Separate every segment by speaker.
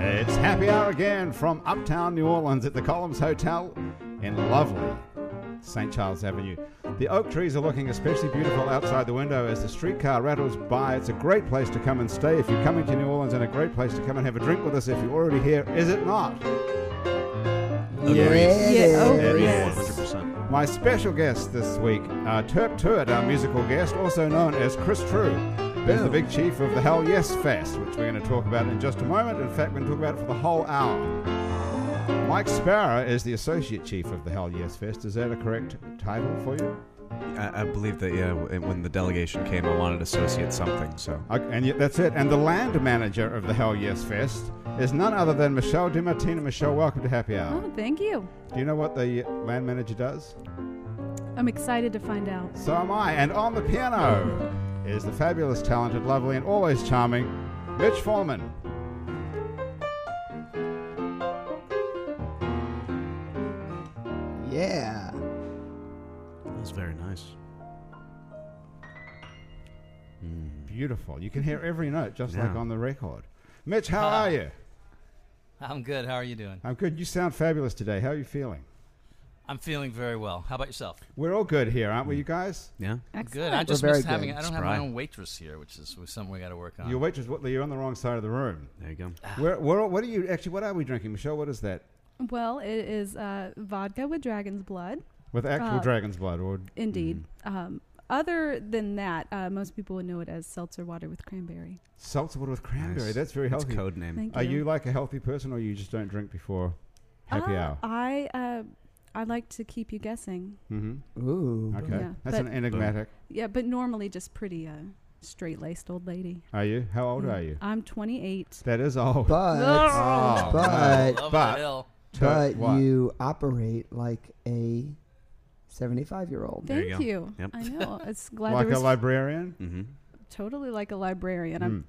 Speaker 1: It's happy hour again from uptown New Orleans at the Columns Hotel in lovely St. Charles Avenue. The oak trees are looking especially beautiful outside the window as the streetcar rattles by. It's a great place to come and stay if you're coming to New Orleans and a great place to come and have a drink with us if you're already here, is it not?
Speaker 2: Yes.
Speaker 3: Yeah, oh,
Speaker 1: Agreed.
Speaker 3: yes.
Speaker 2: 100%.
Speaker 1: My special guest this week, uh, Turp Tuart, our musical guest, also known as Chris True, who's the big chief of the Hell Yes Fest, which we're going to talk about in just a moment. In fact, we're going to talk about it for the whole hour. Mike Sparrow is the associate chief of the Hell Yes Fest. Is that a correct title for you?
Speaker 4: I, I believe that yeah. w- When the delegation came, I wanted associate something. So
Speaker 1: Okay, and yet that's it. And the land manager of the Hell Yes Fest is none other than Michelle DiMartino. Michelle, welcome to Happy Hour.
Speaker 3: Oh, thank you.
Speaker 1: Do you know what the land manager does?
Speaker 3: I'm excited to find out.
Speaker 1: So am I. And on the piano is the fabulous, talented, lovely, and always charming Mitch Foreman.
Speaker 2: Yeah.
Speaker 4: that's very nice.
Speaker 1: Beautiful. You can hear every note just like
Speaker 4: Yeah.
Speaker 1: on the record. Mitch, how
Speaker 5: Hi.
Speaker 1: are you?
Speaker 5: I'm good. How are you doing?
Speaker 1: I'm good. You sound fabulous today. How are you feeling?
Speaker 5: I'm feeling very well. How about yourself?
Speaker 1: We're all good here, aren't we,
Speaker 4: Mm.
Speaker 1: you guys?
Speaker 4: Yeah.
Speaker 5: Good. I
Speaker 3: Excellent.
Speaker 5: just
Speaker 2: very
Speaker 5: missed having.
Speaker 2: good.
Speaker 5: I don't have my
Speaker 4: Spry.
Speaker 5: own waitress here, which is something we got to work on.
Speaker 1: Your waitress, what- you're on the wrong side of the room.
Speaker 4: There you go.
Speaker 1: Where, where, what are you actually? What are we drinking, Michelle? What is that?
Speaker 3: Well, it is uh, vodka with dragon's blood,
Speaker 1: With actual
Speaker 3: Uh,
Speaker 1: dragon's blood, or
Speaker 3: indeed.
Speaker 1: Mm-hmm.
Speaker 3: Um, other than that, uh, most people would know it as seltzer water with cranberry.
Speaker 1: seltzer water with cranberry?
Speaker 4: Nice.
Speaker 1: That's very
Speaker 4: It's
Speaker 1: healthy.
Speaker 4: code name.
Speaker 3: Thank
Speaker 1: Are you
Speaker 3: you.
Speaker 1: like a healthy person, or you just don't drink before happy
Speaker 3: Uh,
Speaker 1: hour?
Speaker 3: I uh, I like to keep you guessing.
Speaker 1: Mm-hmm.
Speaker 2: Ooh.
Speaker 1: Okay,
Speaker 3: Yeah,
Speaker 1: that's
Speaker 3: but-
Speaker 1: an enigmatic.
Speaker 3: Yeah, but normally just pretty uh, straight laced old lady.
Speaker 1: Are you? How old
Speaker 3: Yeah.
Speaker 1: are you?
Speaker 3: I'm 28.
Speaker 1: That is old.
Speaker 2: But
Speaker 1: Oh,
Speaker 2: But-
Speaker 5: love
Speaker 1: but-
Speaker 5: the hill.
Speaker 1: Tur-
Speaker 2: but
Speaker 1: what?
Speaker 2: you operate like a 75 year old.
Speaker 4: There you
Speaker 3: Thank
Speaker 4: go.
Speaker 3: you.
Speaker 4: Yep.
Speaker 3: I know. It's glad
Speaker 1: like
Speaker 3: there
Speaker 1: a
Speaker 3: was
Speaker 1: librarian.
Speaker 4: Mm-hmm.
Speaker 3: totally like a librarian. I'm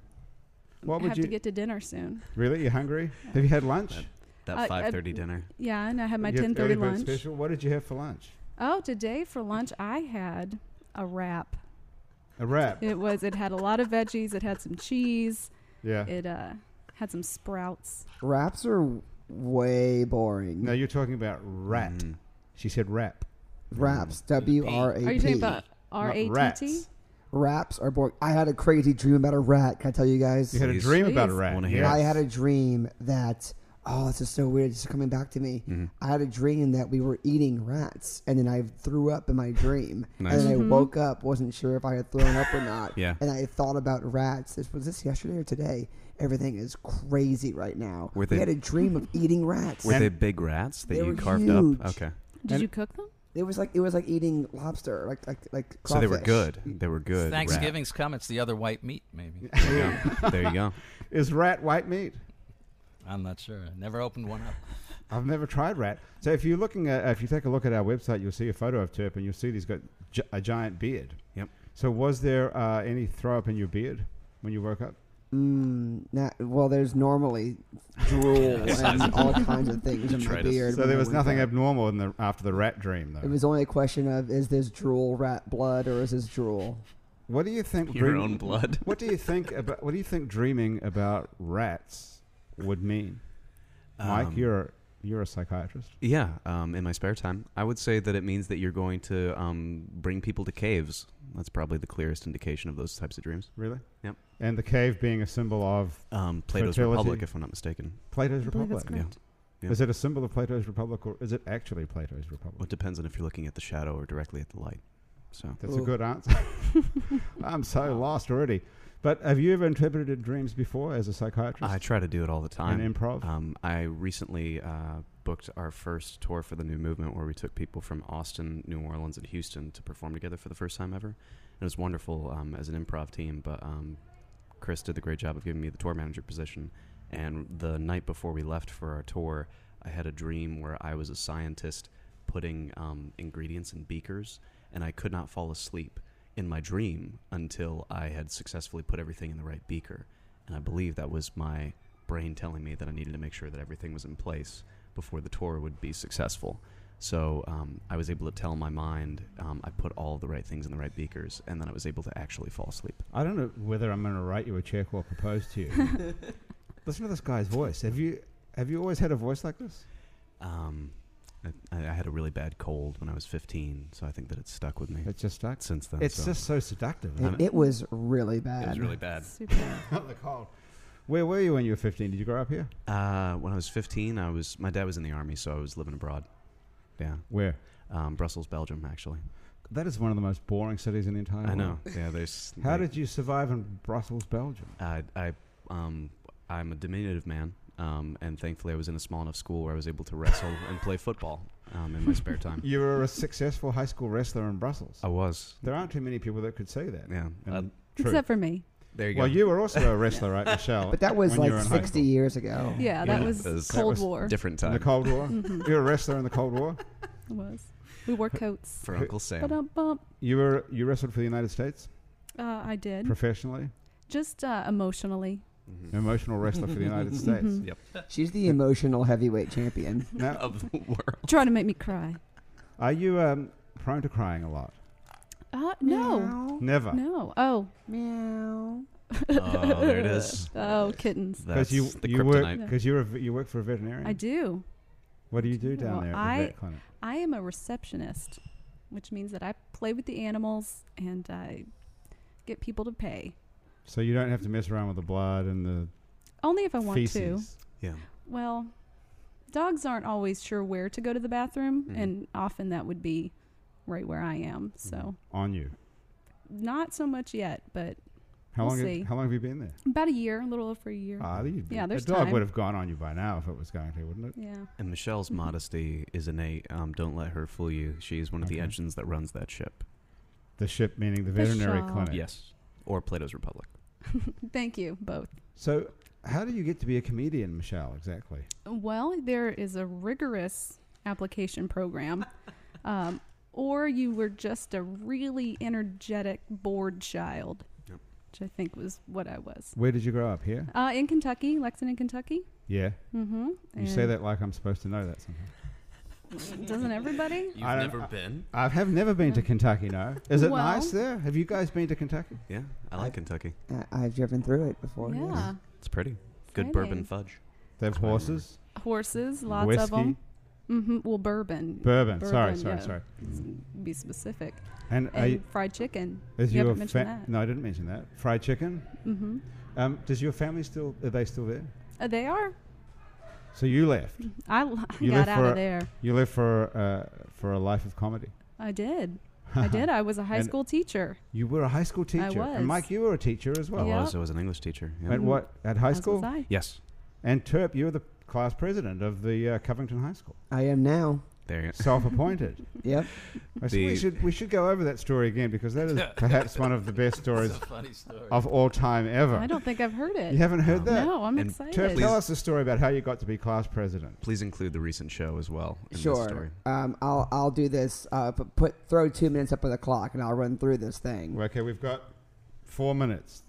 Speaker 1: Hmm. What would
Speaker 3: have
Speaker 1: you
Speaker 3: to get to dinner soon.
Speaker 1: really? You hungry? Have you had lunch?
Speaker 3: I- I-
Speaker 2: Uh,
Speaker 4: That five thirty dinner.
Speaker 3: Yeah, and I had my
Speaker 1: You have
Speaker 3: 10:30
Speaker 1: early bird
Speaker 3: lunch.
Speaker 1: Special. What did you have for lunch?
Speaker 3: Oh, today for lunch I had a wrap.
Speaker 1: A wrap.
Speaker 3: It was it had a lot of veggies, it had some cheese,
Speaker 1: Yeah.
Speaker 3: it uh had some sprouts.
Speaker 2: Raps are way boring.
Speaker 1: No, you're talking about rat.
Speaker 4: Mm.
Speaker 1: She said rap.
Speaker 2: Raps. W R A P.
Speaker 3: Are you talking about R A
Speaker 1: not
Speaker 3: T T?
Speaker 1: rats.
Speaker 2: Raps are boring. I had a crazy dream about a rat. Can I tell you guys?
Speaker 1: You had a
Speaker 4: Please.
Speaker 1: dream about a
Speaker 3: Please.
Speaker 1: rat.
Speaker 4: Wanna hear
Speaker 1: yes.
Speaker 2: I had a dream that oh, this is so weird. This is coming back to me.
Speaker 4: Mm-hmm.
Speaker 2: I had a dream that we were eating rats, and then I threw up in my dream,
Speaker 4: Nice.
Speaker 2: and then I woke up, wasn't sure if I had thrown up or not.
Speaker 4: Yeah.
Speaker 2: and I thought about rats. This was this yesterday or today. Everything is crazy right now.
Speaker 4: Were
Speaker 2: we
Speaker 4: they-
Speaker 2: had a dream of eating rats.
Speaker 4: Were
Speaker 1: And-
Speaker 4: they big rats that
Speaker 2: They
Speaker 4: you
Speaker 2: were
Speaker 4: carved
Speaker 2: huge.
Speaker 4: up? Okay.
Speaker 3: Did
Speaker 1: And-
Speaker 3: you cook them?
Speaker 2: It was like it was like eating lobster, like like like.
Speaker 4: So they were
Speaker 2: crawfish.
Speaker 4: good. They were good. rat.
Speaker 5: Thanksgiving's coming. It's the other white meat, maybe.
Speaker 4: Yeah. there you go.
Speaker 1: Is rat white meat?
Speaker 5: I'm not sure. I never opened one up.
Speaker 1: I've never tried rat. So if you're looking at, if you take a look at our website, you'll see a photo of Turp, and you'll see that he's got gi- a giant beard.
Speaker 4: Yep.
Speaker 1: So was there uh, any throw up in your beard when you woke up?
Speaker 2: Mm, not, well, there's normally drool and all kinds of things in my
Speaker 4: Detritus.
Speaker 2: beard.
Speaker 1: So
Speaker 2: when
Speaker 1: there
Speaker 2: I
Speaker 1: was
Speaker 2: wake
Speaker 1: nothing
Speaker 2: up.
Speaker 1: abnormal in the after the rat dream, though.
Speaker 2: It was only a question of is this drool rat blood or is this drool?
Speaker 1: what do you think?
Speaker 4: Your
Speaker 1: dream-
Speaker 4: own blood.
Speaker 1: What do you think about? What do you think dreaming about rats would mean? Mike,
Speaker 4: Um,
Speaker 1: you're you're a psychiatrist.
Speaker 4: Yeah, um, in my spare time, I would say that it means that you're going to um, bring people to caves. That's probably the clearest indication of those types of dreams.
Speaker 1: Really?
Speaker 4: Yep.
Speaker 1: And the cave being a symbol of
Speaker 4: Um, Plato's
Speaker 1: Fertility.
Speaker 4: Republic, if I'm not mistaken.
Speaker 1: Plato's
Speaker 3: I believe that's
Speaker 1: Republic.
Speaker 4: Yeah.
Speaker 3: correct.
Speaker 4: Yeah.
Speaker 1: Is it a symbol of Plato's Republic, or is it actually Plato's Republic?
Speaker 4: Well, it depends on if you're looking at the shadow or directly at the light. So
Speaker 1: That's a
Speaker 2: Ooh.
Speaker 1: good answer. I'm so lost already. But have you ever interpreted dreams before as a psychiatrist?
Speaker 4: I try to do it all the time.
Speaker 1: and improv?
Speaker 4: Um, I recently uh, booked our first tour for the new movement, where we took people from Austin, New Orleans, and Houston to perform together for the first time ever. It was wonderful um, as an improv team, but um, Chris did the great job of giving me the tour manager position. And the night before we left for our tour, I had a dream where I was a scientist putting um, ingredients in beakers, and I could not fall asleep in my dream until I had successfully put everything in the right beaker. And I believe that was my brain telling me that I needed to make sure that everything was in place before the tour would be successful. So um, I was able to tell my mind um, I put all the right things in the right beakers, and then I was able to actually fall asleep.
Speaker 1: I don't know whether I'm going to write you a check or propose to you. Listen to this guy's voice. Have you have you always had a voice like this?
Speaker 4: Um, I, I had a really bad cold when I was 15, so I think that it's stuck with me
Speaker 1: It just starts.
Speaker 4: since then.
Speaker 1: It's
Speaker 4: so.
Speaker 1: just so seductive.
Speaker 2: It, it was really bad.
Speaker 5: It was really bad.
Speaker 3: Super.
Speaker 1: the cold. Where were you when you were 15? Did you grow up here?
Speaker 4: uh, when I was 15, I was my dad was in the army, so I was living abroad. Yeah,
Speaker 1: Where?
Speaker 4: um, Brussels, Belgium, actually.
Speaker 1: That is one of the most boring cities in the entire
Speaker 4: I
Speaker 1: world.
Speaker 4: know. Yeah, there's.
Speaker 1: Oh, How
Speaker 4: they-
Speaker 1: did you survive in Brussels, Belgium?
Speaker 4: I, I um, I'm a diminutive man, um, and thankfully I was in a small enough school where I was able to wrestle and play football um, in my spare time.
Speaker 1: You were a successful high school wrestler in Brussels.
Speaker 4: I was.
Speaker 1: There aren't too many people that could say that.
Speaker 4: Oh. Yeah.
Speaker 1: And
Speaker 4: Uh,
Speaker 1: true.
Speaker 3: Except for me.
Speaker 4: there you
Speaker 1: well,
Speaker 4: go.
Speaker 1: you were also a wrestler, right, Michelle?
Speaker 2: But that was
Speaker 1: When you were
Speaker 2: like
Speaker 1: in high
Speaker 2: 60
Speaker 1: school.
Speaker 2: years ago.
Speaker 3: Yeah,
Speaker 4: Yeah,
Speaker 3: that
Speaker 4: that was-
Speaker 3: was
Speaker 4: that
Speaker 3: Cold
Speaker 1: was
Speaker 3: War.
Speaker 4: different
Speaker 1: in
Speaker 4: time
Speaker 1: the Cold War?
Speaker 3: Mhm.
Speaker 1: you were a wrestler in the Cold War?
Speaker 3: It was. We wore coats.
Speaker 4: for Uncle Sam.
Speaker 3: Ba-dum bump.
Speaker 1: You were you wrestled for the United States
Speaker 3: Uh, I did.
Speaker 1: professionally?
Speaker 3: Just uh, emotionally.
Speaker 4: Mhm.
Speaker 1: Emotional wrestler for the United States.
Speaker 3: Mhm.
Speaker 2: She's the emotional heavyweight champion.
Speaker 1: Now,
Speaker 4: Of the world.
Speaker 3: Trying to make me cry. Mm-hmm.
Speaker 1: are you um, prone to crying a lot?
Speaker 3: Uh, no.
Speaker 1: Never.
Speaker 3: No. Oh.
Speaker 2: Meow.
Speaker 4: Oh, there it is.
Speaker 3: Oh, kittens.
Speaker 4: That's
Speaker 1: you
Speaker 4: the
Speaker 1: you work
Speaker 4: kryptonite.
Speaker 1: because you're a, v- you work for a veterinarian.
Speaker 3: I do.
Speaker 1: What do you do down
Speaker 3: Well,
Speaker 1: there at
Speaker 3: I-
Speaker 1: the vet clinic?
Speaker 3: I am a receptionist, which means that I play with the animals and I get people to pay.
Speaker 1: So you don't have to mess around with the blood and the
Speaker 3: Only if I want to.
Speaker 1: feces.
Speaker 4: Yeah.
Speaker 3: Well, dogs aren't always sure where to go to the bathroom,
Speaker 1: Mm.
Speaker 4: Mhm.
Speaker 3: and often that would be right where I am. So,
Speaker 1: on you.
Speaker 3: not so much yet, but
Speaker 1: How
Speaker 3: We'll
Speaker 1: long? have-
Speaker 3: see.
Speaker 1: how long have you been there?
Speaker 3: about a year, a little over a year.
Speaker 1: Ah, you'd be-
Speaker 3: Yeah,
Speaker 1: a
Speaker 3: there's
Speaker 1: dog
Speaker 3: time.
Speaker 1: would have gone on you by now if it was going to, wouldn't it?
Speaker 3: yeah.
Speaker 4: And Michelle's modesty is innate. Um, don't let her fool you. She is one of the
Speaker 1: Okay.
Speaker 4: engines that runs that ship.
Speaker 1: The ship, meaning the
Speaker 3: The
Speaker 1: veterinary
Speaker 3: shop.
Speaker 1: clinic.
Speaker 4: Yes. Or Plato's Republic.
Speaker 3: Thank you both.
Speaker 1: So, how do you get to be a comedian, Michelle? Exactly.
Speaker 3: Well, there is a rigorous application program, um, or you were just a really energetic, bored child,
Speaker 4: Yep.
Speaker 3: which I think was what I was.
Speaker 1: Where did you grow up? Here.
Speaker 3: Uh, in Kentucky, Lexington, Kentucky.
Speaker 1: Yeah.
Speaker 3: Mm-hmm.
Speaker 1: You say that like I'm supposed to know that somehow.
Speaker 3: Doesn't everybody?
Speaker 5: You've
Speaker 1: I don't-
Speaker 5: never
Speaker 1: I-
Speaker 5: been?
Speaker 1: I have never been to Kentucky. No. Is it
Speaker 3: Well-
Speaker 1: nice there? Have you guys been to Kentucky?
Speaker 4: Yeah. I like Kentucky.
Speaker 2: I- I've driven through it
Speaker 1: Oh,
Speaker 2: before.
Speaker 3: yeah.
Speaker 4: It's pretty. Good
Speaker 3: Friday.
Speaker 4: bourbon fudge.
Speaker 1: They have
Speaker 4: That's what I remember.
Speaker 1: horses,
Speaker 3: Horses, lots
Speaker 1: whiskey,
Speaker 3: of them. Mm-hmm. Well, bourbon.
Speaker 1: Bourbon. Sorry,
Speaker 3: Bourbon,
Speaker 1: sorry,
Speaker 3: yeah.
Speaker 1: sorry.
Speaker 3: be specific.
Speaker 1: And, are
Speaker 3: And
Speaker 1: you,
Speaker 3: fried chicken.
Speaker 1: is
Speaker 3: you
Speaker 1: your
Speaker 3: haven't mentioned
Speaker 1: fa-
Speaker 3: that.
Speaker 1: no? I didn't mention that. Fried chicken.
Speaker 3: Mm-hmm.
Speaker 1: Um, does your family still? Are they still there?
Speaker 3: Uh, they are.
Speaker 1: So you left.
Speaker 3: I l- I
Speaker 1: You live
Speaker 3: got out
Speaker 1: for a-
Speaker 3: of there.
Speaker 1: You left for uh, for a life of comedy.
Speaker 3: I did. I did. I was a high
Speaker 1: And-
Speaker 3: school teacher.
Speaker 1: You were a high school teacher,
Speaker 3: I
Speaker 1: and
Speaker 3: was.
Speaker 1: Mike, you were a teacher as well.
Speaker 4: I
Speaker 3: Yeah.
Speaker 4: was. I was an English teacher. Yeah.
Speaker 1: At what? At high
Speaker 3: As was
Speaker 1: school?
Speaker 3: I.
Speaker 4: Yes.
Speaker 1: And Terp, you were the class president of the uh, Covington High School,
Speaker 2: I am now.
Speaker 4: There you go.
Speaker 1: self-appointed.
Speaker 2: Yep.
Speaker 1: I said we
Speaker 4: The-
Speaker 1: should we should go over that story again because that is perhaps one of the best stories
Speaker 5: It's a funny story.
Speaker 1: of all time
Speaker 3: I
Speaker 1: ever.
Speaker 3: don't think I've heard it.
Speaker 1: You haven't heard
Speaker 4: Um,
Speaker 1: that?
Speaker 3: No, I'm
Speaker 4: And
Speaker 3: excited.
Speaker 1: Terp,
Speaker 4: Please.
Speaker 1: tell us the story about how you got to be class president.
Speaker 4: Please include the recent show as well in this story.
Speaker 2: Sure. Um, I'll I'll do this. Uh, p- put throw two minutes up on the clock, and I'll run through this thing.
Speaker 1: Okay, we've got four minutes.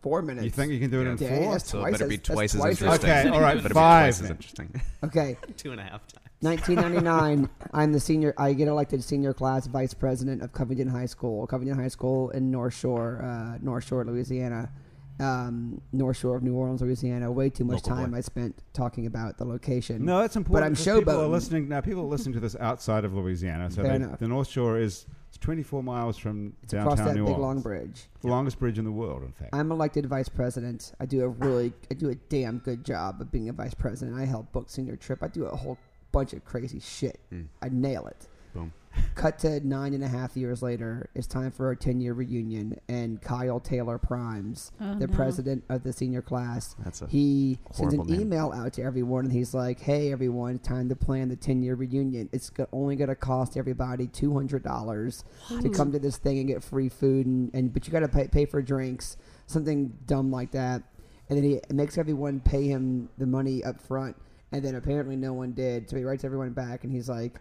Speaker 2: Four minutes.
Speaker 1: You think you can do it in
Speaker 2: Yeah,
Speaker 1: four?
Speaker 2: that's
Speaker 4: So it
Speaker 2: twice
Speaker 4: better
Speaker 2: as-
Speaker 4: be
Speaker 2: that's
Speaker 4: twice as
Speaker 2: twice as-
Speaker 4: interesting.
Speaker 1: Okay, all right,
Speaker 4: Better be
Speaker 1: five
Speaker 4: twice as
Speaker 1: then.
Speaker 4: interesting.
Speaker 2: Okay.
Speaker 4: Two and a half times.
Speaker 2: 1999. I'm the senior. I get elected senior class vice president of Covington High School. Covington High School in North Shore, uh, North Shore, Louisiana. Um, North Shore of New Orleans, Louisiana. Way too much
Speaker 4: Local boy.
Speaker 2: time I spent talking about the location.
Speaker 1: No, that's important.
Speaker 2: But I'm
Speaker 1: 'cause People are
Speaker 2: showboating.
Speaker 1: listening now. People are listening to this outside of Louisiana, so
Speaker 2: Fair
Speaker 1: they,
Speaker 2: enough.
Speaker 1: the North Shore is it's 24 miles from
Speaker 2: It's
Speaker 1: downtown
Speaker 2: across that
Speaker 1: New
Speaker 2: big
Speaker 1: Orleans.
Speaker 2: long bridge.
Speaker 1: The longest bridge in the world, in fact.
Speaker 2: I'm elected vice president. I do a really, I do a damn good job of being a vice president. I help book senior trip. I do a whole bunch of crazy shit.
Speaker 4: Mm.
Speaker 2: I nail it.
Speaker 4: Boom.
Speaker 2: Cut to nine and a half years later. It's time for our ten year reunion, and Kyle Taylor Primes,
Speaker 3: Oh,
Speaker 2: the
Speaker 3: no.
Speaker 2: president of the senior class.
Speaker 4: That's a
Speaker 2: He sends an
Speaker 4: horrible name.
Speaker 2: email out to everyone, and he's like, "Hey, everyone, time to plan the ten year reunion. It's go- only going to cost everybody two hundred dollars to
Speaker 3: Ooh.
Speaker 2: come to this thing and get free food and, and but you got to pay, pay for drinks something dumb like that and then he makes everyone pay him the money up front and then apparently no one did so he writes everyone back and he's like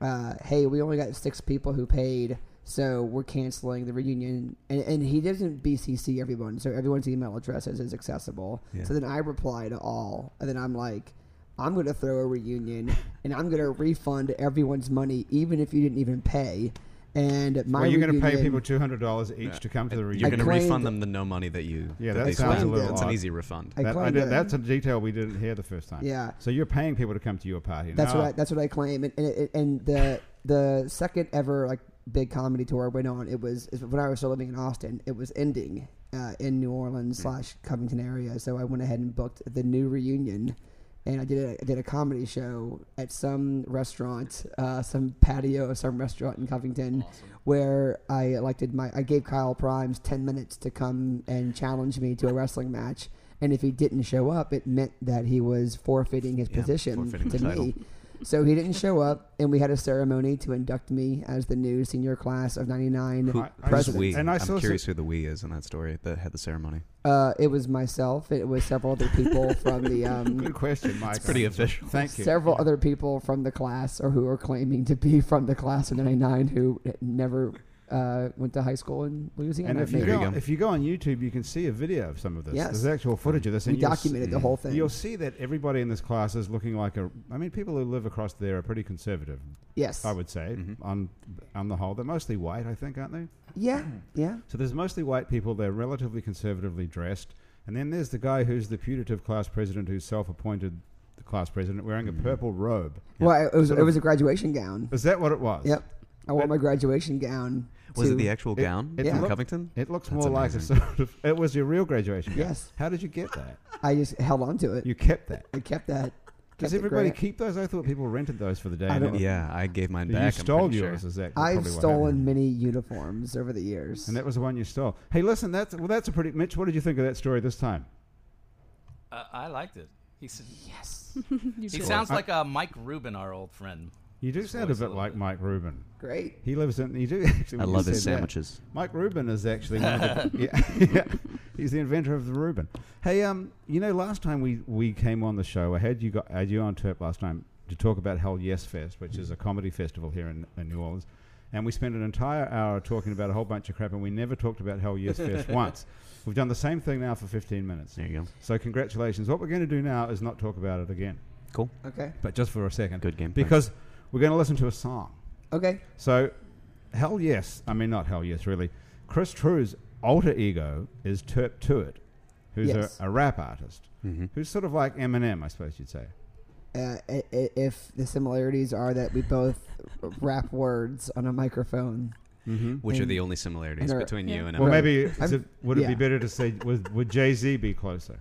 Speaker 2: uh, hey we only got six people who paid so we're canceling the reunion and, and he doesn't bcc everyone so everyone's email addresses is accessible
Speaker 4: Yeah.
Speaker 2: so then i reply to all and then i'm like i'm going to throw a reunion and i'm going to refund everyone's money even if you didn't even pay And my
Speaker 1: Well, you're going to pay
Speaker 2: reunion-
Speaker 1: people two hundred dollars each
Speaker 4: Yeah.
Speaker 1: to come to the
Speaker 4: You're
Speaker 1: reunion.
Speaker 2: I
Speaker 4: going to
Speaker 2: claimed-
Speaker 4: refund them the no money that you.
Speaker 1: Yeah, that
Speaker 4: they
Speaker 1: sounds
Speaker 2: a
Speaker 4: spent.
Speaker 2: little
Speaker 4: That's an
Speaker 1: odd.
Speaker 4: easy refund.
Speaker 2: I
Speaker 1: That- I
Speaker 2: claimed
Speaker 1: did-
Speaker 2: a-
Speaker 1: that's a detail we didn't hear the first time.
Speaker 2: Yeah.
Speaker 1: So you're paying people to come to your party.
Speaker 2: That's
Speaker 1: no.
Speaker 2: what I, that's what I claim, and and, it- and the the second ever like big comedy tour went on. It was is when I was still living in Austin. It was ending uh, in New Orleans
Speaker 4: Hmm.
Speaker 2: slash Covington area, so I went ahead and booked the new reunion, and I did a I did a comedy show at some restaurant, uh, some patio, some restaurant in Covington, where I elected my I gave Kyle Primes ten minutes to come and challenge me to a wrestling match. And if he didn't show up, it meant that he was forfeiting his
Speaker 4: Yeah,
Speaker 2: position
Speaker 4: forfeiting the
Speaker 2: to
Speaker 4: title.
Speaker 2: me. So he didn't show up, and we had a ceremony to induct me as the new senior class of
Speaker 1: Who- I-
Speaker 2: '99.
Speaker 1: I-
Speaker 4: Who's we?
Speaker 2: President.
Speaker 1: And I
Speaker 4: I'm
Speaker 1: saw some-
Speaker 4: curious who the we is in that story that had the ceremony.
Speaker 2: Uh, it was myself. It was several other people from the
Speaker 1: Good
Speaker 2: um,
Speaker 1: question, Mike.
Speaker 4: pretty official.
Speaker 1: Thank you.
Speaker 2: several other people from the class, or who are claiming to be from the class of '99, who eh, never uh, went to high school in
Speaker 1: And
Speaker 2: Louisiana.
Speaker 1: if you,
Speaker 2: maybe.
Speaker 4: There you
Speaker 1: go,
Speaker 4: go.
Speaker 1: if you go on YouTube, you can see a video of some of this.
Speaker 2: Yes.
Speaker 1: There's actual footage of this.
Speaker 2: we
Speaker 1: And you'll s-
Speaker 2: documented the whole thing.
Speaker 1: You'll see that everybody in this class is looking like a. I mean, people who live across there are pretty conservative,
Speaker 2: yes.
Speaker 1: I would say,
Speaker 4: Mhm.
Speaker 1: on on the whole. They're mostly white, I think, aren't they?
Speaker 2: Yeah. Yeah.
Speaker 1: So there's mostly white people. They're relatively conservatively dressed. And then there's the guy who's the putative class president, who's self-appointed the class president, wearing
Speaker 4: Mm-hmm.
Speaker 1: a purple robe.
Speaker 2: Well, it was
Speaker 1: Sort
Speaker 2: it
Speaker 1: of-
Speaker 2: was a graduation gown.
Speaker 1: Is that what it was?
Speaker 2: Yep. I wore my graduation gown.
Speaker 4: Was
Speaker 2: to-
Speaker 4: it the actual
Speaker 1: It-
Speaker 4: gown
Speaker 1: it
Speaker 4: from
Speaker 1: looked-
Speaker 4: Covington?
Speaker 1: It looks
Speaker 4: That's
Speaker 1: more like a
Speaker 4: amazing.
Speaker 1: sort of. It was your real graduation. gown.
Speaker 2: Yes.
Speaker 1: How did you get that?
Speaker 2: I just held on to it.
Speaker 1: You kept that.
Speaker 2: I kept that.
Speaker 1: Does
Speaker 2: kept it
Speaker 1: everybody
Speaker 2: great.
Speaker 1: keep those? I thought people rented those for the day.
Speaker 2: I
Speaker 1: and
Speaker 2: don't-
Speaker 1: then-
Speaker 4: Yeah, I gave mine
Speaker 1: You
Speaker 4: back. I'm
Speaker 1: stole
Speaker 4: pretty sure.
Speaker 1: yours. Is that
Speaker 2: I've
Speaker 1: probably what happened.
Speaker 2: stolen many uniforms over the years.
Speaker 1: And that was the one you stole. Hey, listen, that's well, that's a pretty. Mitch, what did you think of that story this time?
Speaker 5: I, I liked it. He, s-
Speaker 2: yes,
Speaker 3: You
Speaker 5: he
Speaker 3: did.
Speaker 5: sounds like uh, Mike Rubin, our old friend.
Speaker 1: You do
Speaker 5: His
Speaker 1: sound a
Speaker 5: voice a
Speaker 1: bit
Speaker 5: little
Speaker 1: like
Speaker 5: bit.
Speaker 1: Mike Rubin.
Speaker 2: great.
Speaker 1: He lives in. You do actually.
Speaker 4: I
Speaker 1: when you
Speaker 4: love his
Speaker 1: said that-
Speaker 4: sandwiches.
Speaker 1: Mike Rubin is actually one of the, yeah, yeah, he's the inventor of the Rubin. Hey, um, you know, last time we, we came on the show, I had you got I had you on Turp last time to talk about Hell Yes Fest, which is a comedy festival here in, in New Orleans, and we spent an entire hour talking about a whole bunch of crap, and we never talked about Hell Yes Fest once. We've done the same thing now for fifteen minutes.
Speaker 4: There you go.
Speaker 1: So congratulations. What we're going to do now is not talk about it again,
Speaker 4: Cool.
Speaker 2: Okay.
Speaker 1: but just for a second,
Speaker 4: Good game. plan.
Speaker 1: because we're going to listen to a song.
Speaker 2: Okay.
Speaker 1: So, hell yes. I mean, not hell yes, really. Chris True's alter ego is Terp Tuitt, who's
Speaker 2: Yes.
Speaker 1: a, a rap artist,
Speaker 4: Mhm.
Speaker 1: who's sort of like Eminem, I suppose you'd say.
Speaker 2: Uh, i- i- if the similarities are that we both rap words on a microphone,
Speaker 1: Mm-hmm.
Speaker 4: which are
Speaker 2: And-
Speaker 4: the only similarities
Speaker 2: and are-
Speaker 4: between you
Speaker 3: Yeah.
Speaker 4: and
Speaker 1: Well,
Speaker 4: Eminem.
Speaker 2: Right.
Speaker 1: maybe is
Speaker 2: I'm-
Speaker 1: it, would it be
Speaker 2: yeah.
Speaker 1: better to say would, would Jay Z be closer?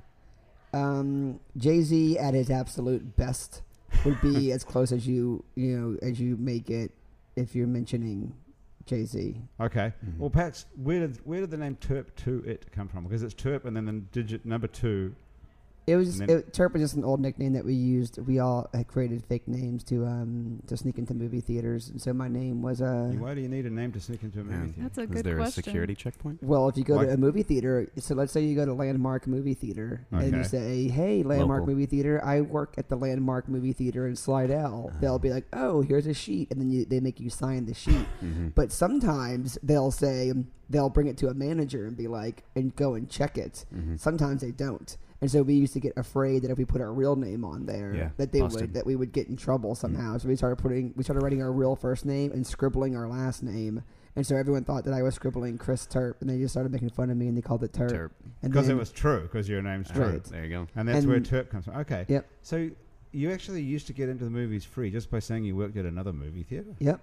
Speaker 2: um, Jay Z at his absolute best would be as close as you you know as you make it if you're mentioning Jay Z.
Speaker 1: Okay.
Speaker 4: Mm-hmm.
Speaker 1: Well, perhaps where did where did the name Terp Tuitt come from? Because it's Terp and then the digit number two.
Speaker 2: It was just,
Speaker 1: And then-
Speaker 2: it, Terp was just an old nickname that we used. We all had created fake names to um to sneak into movie theaters, and so my name was uh,
Speaker 1: Why do you need a name to sneak into a movie
Speaker 4: Man.
Speaker 1: theater?
Speaker 3: That's a
Speaker 4: Is
Speaker 3: good
Speaker 4: there
Speaker 3: question.
Speaker 4: a security checkpoint?
Speaker 2: Well, if you go
Speaker 1: Like-
Speaker 2: to a movie theater, so let's say you go to Landmark Movie Theater and
Speaker 1: Okay.
Speaker 2: you say, "Hey, Landmark
Speaker 4: Local.
Speaker 2: Movie Theater, I work at the Landmark Movie Theater in
Speaker 1: Ah.
Speaker 2: Slidell." They'll be like, "Oh, here's a sheet," and then you, they make you sign the sheet.
Speaker 1: Mm-hmm.
Speaker 2: But sometimes they'll say they'll bring it to a manager and be like, "And go and check it."
Speaker 1: Mm-hmm.
Speaker 4: Mm.
Speaker 2: Sometimes they don't. And so we used to get afraid that if we put our real name on there,
Speaker 4: Yeah, Mm.
Speaker 2: that they
Speaker 4: busted.
Speaker 2: would that we would get in trouble somehow. So we started putting we started writing our real first name and scribbling our last name. And so everyone thought that I was scribbling Chris Terp, and they just started making fun of me and they called it Terp.
Speaker 4: Terp.
Speaker 2: And
Speaker 1: Because it
Speaker 2: then-
Speaker 1: was true. Because your name's true.
Speaker 2: Right.
Speaker 4: There you go.
Speaker 1: And that's where
Speaker 2: And-
Speaker 1: Terp comes from. Okay.
Speaker 2: Yep.
Speaker 1: So you actually used to get into the movies free just by saying you worked at another movie theater.
Speaker 2: Yep.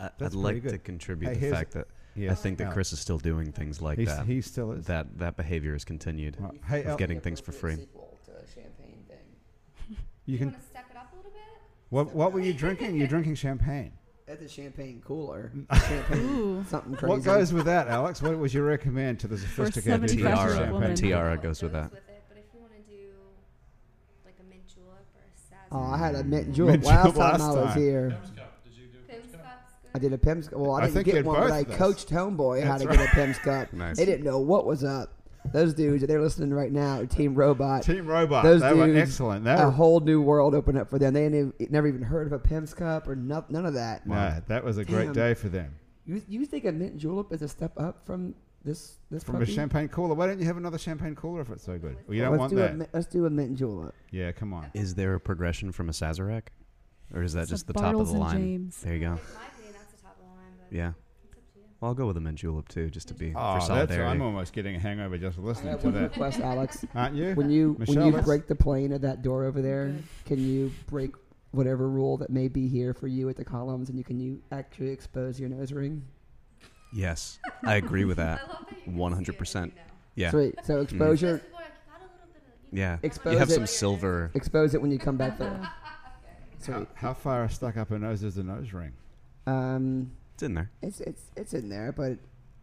Speaker 4: I- I'd
Speaker 1: That's
Speaker 4: like
Speaker 1: pretty
Speaker 4: to
Speaker 1: good. Hey,
Speaker 4: contribute the
Speaker 1: here's-
Speaker 4: fact that I
Speaker 1: Yes,
Speaker 4: think that
Speaker 1: Alex.
Speaker 4: Chris is still doing things like
Speaker 1: He's-
Speaker 4: that.
Speaker 1: He still is.
Speaker 4: that that behavior is continued
Speaker 1: Right. Hey,
Speaker 4: of
Speaker 1: Al,
Speaker 4: getting things for free.
Speaker 1: you
Speaker 6: You
Speaker 1: can.
Speaker 6: want to step it up a little bit?
Speaker 1: What, what were you drinking? You're drinking champagne.
Speaker 2: That's a champagne cooler. champagne,
Speaker 3: Ooh.
Speaker 2: something crazy.
Speaker 1: What goes with that, Alex? What would you recommend to the sophisticated
Speaker 3: Pretty
Speaker 1: drinker of
Speaker 3: precious
Speaker 4: Tiara,
Speaker 3: woman.
Speaker 4: tiara
Speaker 6: What
Speaker 4: goes with that.
Speaker 6: it, but if you want to do like a mint julep or a sazerac.
Speaker 2: Oh, I had a mint julep
Speaker 1: Mint
Speaker 2: last
Speaker 1: julep last
Speaker 2: time I was
Speaker 1: time.
Speaker 2: here.
Speaker 6: Pim's cup's good.
Speaker 2: I did a Pim's cup. Well,
Speaker 1: I
Speaker 2: I didn't
Speaker 1: think you
Speaker 2: get
Speaker 1: had
Speaker 2: one, but
Speaker 1: both
Speaker 2: I
Speaker 1: of those.
Speaker 2: coached Homeboy how
Speaker 1: That's
Speaker 2: to
Speaker 1: right.
Speaker 2: get a Pim's cup.
Speaker 4: Nice.
Speaker 2: They didn't know what was up. Those dudes, they're listening right now. Team Robot.
Speaker 1: Team Robot.
Speaker 2: Those
Speaker 1: they
Speaker 2: dudes,
Speaker 1: were excellent. They
Speaker 2: a
Speaker 1: were,
Speaker 2: whole new world opened up for them. They didn't even, never even heard of a Pim's cup or no, none of that.
Speaker 1: no, that was a great
Speaker 2: Damn.
Speaker 1: day for them.
Speaker 2: You, you think a mint julep is a step up from this? This
Speaker 1: From
Speaker 2: puppy?
Speaker 1: a champagne cooler. Why don't you have another champagne cooler if it's so good? Well, you don't
Speaker 2: let's
Speaker 1: want
Speaker 2: do
Speaker 1: that.
Speaker 2: A, mi- let's do a mint julep.
Speaker 1: yeah, come on.
Speaker 4: Is there a progression from a Sazerac? Or is that
Speaker 3: It's a
Speaker 4: just the top of
Speaker 3: Bartles
Speaker 4: the
Speaker 3: and
Speaker 4: line?
Speaker 3: James.
Speaker 4: There you go.
Speaker 6: In my opinion, that's the top of the line. But
Speaker 4: Yeah. Well, I'll go with a mint julep too, just to be
Speaker 1: Oh,
Speaker 4: for
Speaker 1: that's,
Speaker 4: solidarity.
Speaker 1: I'm almost getting a hangover just
Speaker 2: I
Speaker 1: listening
Speaker 2: have
Speaker 1: to
Speaker 2: one
Speaker 1: that.
Speaker 2: request, Alex.
Speaker 1: Aren't you?
Speaker 2: When you
Speaker 1: Michelle,
Speaker 2: when you
Speaker 1: let's-
Speaker 2: break the plane of that door over there,
Speaker 6: Good.
Speaker 2: can you break whatever rule that may be here for you at the columns, and you can you actually expose your nose ring?
Speaker 4: yes, I agree with
Speaker 6: I
Speaker 4: that.
Speaker 6: love that you can
Speaker 4: 100%.
Speaker 6: see it,
Speaker 4: Yeah,
Speaker 2: Sweet. So expose
Speaker 6: You know.
Speaker 2: your
Speaker 6: Most people are like, "Got a little bit of-
Speaker 4: yeah.
Speaker 2: Expose
Speaker 4: You have
Speaker 2: it.
Speaker 4: some silver.
Speaker 2: expose it when you come back there.
Speaker 1: how,
Speaker 2: Sweet.
Speaker 1: how far stuck up her nose is the nose ring?
Speaker 2: Um,
Speaker 4: It's in there.
Speaker 2: it's it's it's in there, but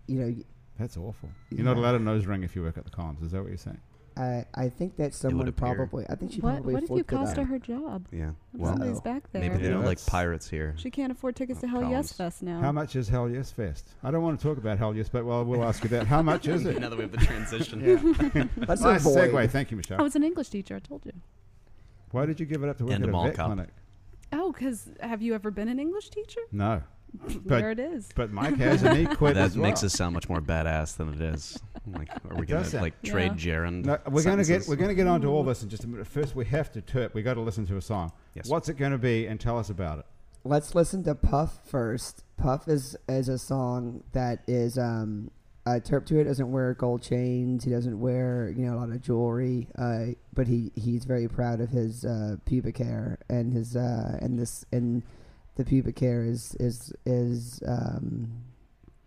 Speaker 2: you know,
Speaker 1: That's awful. You're not
Speaker 2: Yeah.
Speaker 1: allowed a nose ring if you work at the columns. Is that what you're saying?
Speaker 2: I I think that someone
Speaker 4: appear.
Speaker 2: probably. I think she
Speaker 3: What,
Speaker 2: probably
Speaker 3: what if you
Speaker 2: forked it
Speaker 3: cost
Speaker 2: up.
Speaker 3: her her job?
Speaker 4: Yeah.
Speaker 3: If
Speaker 4: Well,
Speaker 3: Somebody's
Speaker 2: Uh-oh.
Speaker 3: back there.
Speaker 4: maybe they
Speaker 1: Yeah,
Speaker 4: don't like
Speaker 1: that's-
Speaker 4: pirates here.
Speaker 3: She can't afford tickets to
Speaker 4: Oh,
Speaker 3: Hell Yes
Speaker 4: columns.
Speaker 3: Fest now.
Speaker 1: How much is Hell Yes Fest? I don't want to talk about Hell Yes, but well, we'll ask you that. How much is it?
Speaker 4: Now that we have the transition.
Speaker 2: Let's
Speaker 1: nice
Speaker 2: avoid.
Speaker 1: segue. Thank you,
Speaker 3: I
Speaker 1: Michelle.
Speaker 3: was an English teacher. I told you.
Speaker 1: Why did you give it up to work
Speaker 4: And
Speaker 1: at
Speaker 4: a
Speaker 1: a
Speaker 4: mall
Speaker 1: vet
Speaker 4: cop.
Speaker 1: clinic?
Speaker 3: Oh, because have you ever been an English teacher?
Speaker 1: No,
Speaker 3: there
Speaker 1: but
Speaker 3: it is.
Speaker 1: but Mike has and he quit
Speaker 4: that
Speaker 1: as well.
Speaker 4: makes us sound much more badass than it is. Like, are we
Speaker 1: It
Speaker 4: gonna
Speaker 1: does sound-
Speaker 4: like trade gerund?
Speaker 1: No, we're going to get
Speaker 4: sentences?
Speaker 1: we're going to get onto all this in just a minute. First, we have to turp. We got to listen to a song.
Speaker 4: Yes.
Speaker 1: What's it going to be? And tell us about it.
Speaker 2: Let's listen to Puff first. Puff is is a song that is um uh, Terp to it doesn't wear gold chains. He doesn't wear you know a lot of jewelry. Uh, but he he's very proud of his uh, pubic hair and his uh and this and the pubic hair is is is um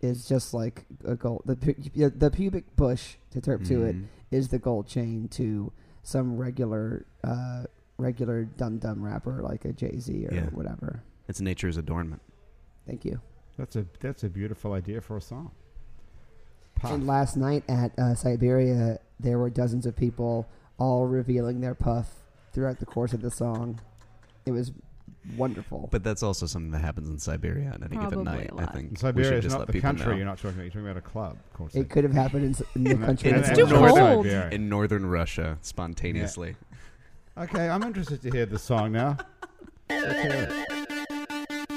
Speaker 2: is just like a gold the pu- the pubic bush to Terp to it
Speaker 4: Mhm.
Speaker 2: is the gold chain to some regular uh regular dum dum rapper like a Jay Z or
Speaker 4: Yeah.
Speaker 2: whatever.
Speaker 4: It's nature's adornment.
Speaker 2: Thank you.
Speaker 1: That's a that's a beautiful idea for a song. Puff.
Speaker 2: And last night at uh, Siberia, there were dozens of people all revealing their puff throughout the course of the song. It was wonderful.
Speaker 4: But that's also something that happens in Siberia at any
Speaker 3: Probably
Speaker 4: given night.
Speaker 3: a
Speaker 4: I
Speaker 3: lot.
Speaker 4: think
Speaker 1: And
Speaker 4: we should
Speaker 1: Siberia is
Speaker 4: just
Speaker 1: not
Speaker 4: let
Speaker 1: the
Speaker 4: people
Speaker 1: country
Speaker 4: know.
Speaker 1: you're not talking about. You're talking about a club, of course.
Speaker 2: it could have happened in, s- in the country.
Speaker 4: and
Speaker 2: of
Speaker 4: it's
Speaker 2: Russia.
Speaker 3: too cold.
Speaker 4: in northern Russia spontaneously.
Speaker 1: Okay, I'm interested to hear the song now. Let's hear it.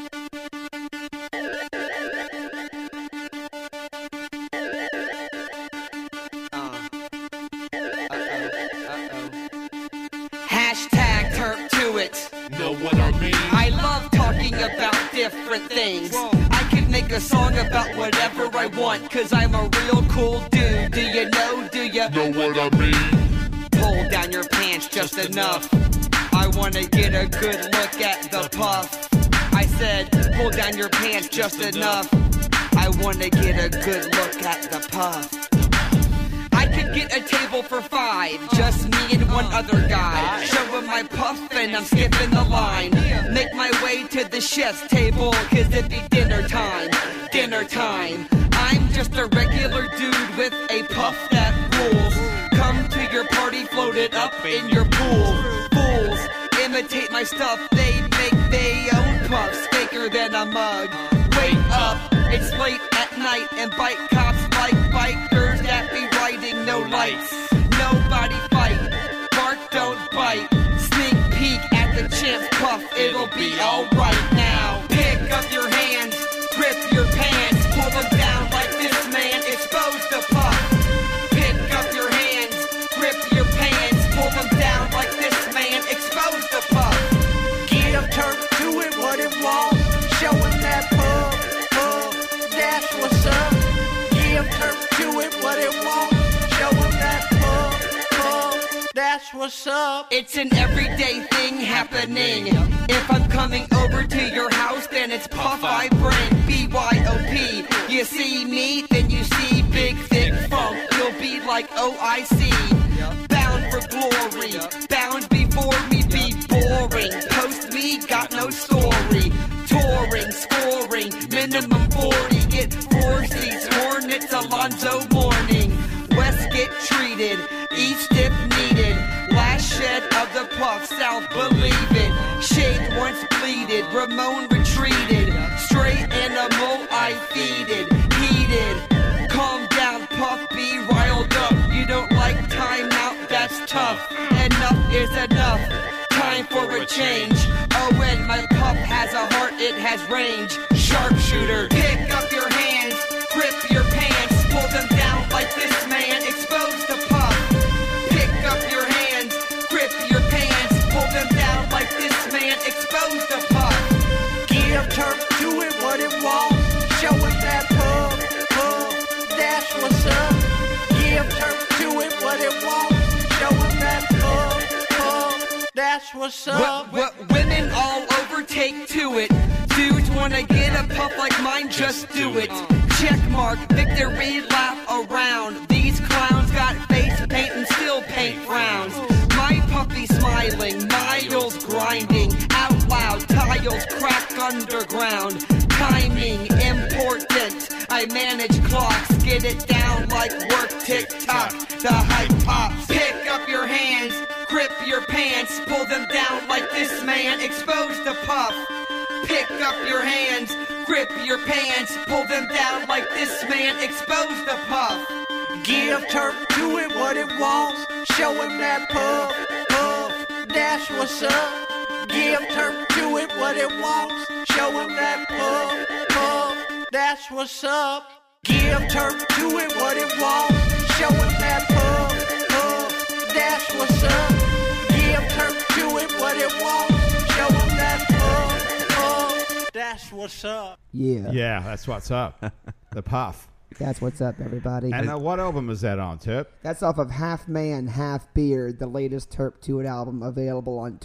Speaker 7: Hashtag Turk to it.
Speaker 8: Know what I mean?
Speaker 7: I love talking about different things. I could make a song about whatever I want, cause I'm a real cool dude. Do you know? Do you
Speaker 8: Know what I mean?
Speaker 7: pull down your pants just enough? I wanna get a good look at the puff. I said, pull down your pants just enough. I wanna get a good look at the puff. I could get a table for five, just me and one other guy. Showing my puff and I'm skipping the line. Make my way to the chef's table, cause it be dinner time, dinner time. I'm just a regular dude with a puff that rules. Come to your party floated up in your pool. Fools imitate my stuff, they make their own puffs, faker than a mug. Wake up, it's late at night, and bike cops like bikers that be riding no lights. Nobody fight, bark don't bite. Sneak peek at the champ's puff, it'll be alright now. Pick up your hands, grip your pants, pull them down like this man, expose the puff. Pick up your hands, grip your pants, pull them down like this man, expose the puff.
Speaker 9: Get up, turn to it what it wants. Show it that pub, pub, that's what's up. Get up, turn to it what it wants. Show it that pub, pub, that's what's up.
Speaker 7: It's an everyday thing happening. If I'm coming over to your house, then it's puff I bring. BYOP. You see me, then you see big thick funk. You'll be like OIC. Bound for glory. Bound before me be boring. Post me, got no story. Touring, scoring, minimum 40. Get four seats. Hornets, Alonzo morning. West get treated, east if needed. Last shed of the puff, South believe it. Shade once pleaded, Ramon retreated. Stray animal I feeded, heated. Calm down, puff, be riled up. You don't like time out, that's tough. Enough is enough. Time for a change. Oh, and my puff has a heart, it has range. Sharpshooter, pick up your hands, grip your pants, pull them down like this man. Expose the puff. Pick up your hands, grip your pants, pull them down like this man. Expose the puff.
Speaker 9: Get up, turn to it what it wants. Show it that pub, That's what's
Speaker 7: What,
Speaker 9: up.
Speaker 7: what women all over take to it. Dudes wanna get a puff like mine, just do it. Check mark, victory lap around. These clowns got face paint and still paint frowns. My puppy smiling, miles grinding. Out loud, tiles crack underground. Timing important. I manage clocks, get it down like work tick tock. The hype pop, pick up your hands. Grip your pants, pull them down like this man, expose the puff. Pick up your hands, grip your pants, pull them down like this man, expose the puff.
Speaker 9: Give turf to it what it wants. Show him that puff, puff. That's what's up. Give turf to it what it wants. Show him that puff, puff. That's what's up. Give turf to it what it wants. Show him that puff, puff. That's what's up. Give turf to it what it wants. Show him that puff, puff. That's what's up.
Speaker 2: Yeah.
Speaker 1: Yeah, that's what's up. the Puff.
Speaker 2: That's what's up, everybody.
Speaker 1: And uh, what album is that on, Tip?
Speaker 2: That's off of Half Man, Half Beard, the latest Terp To It album, available on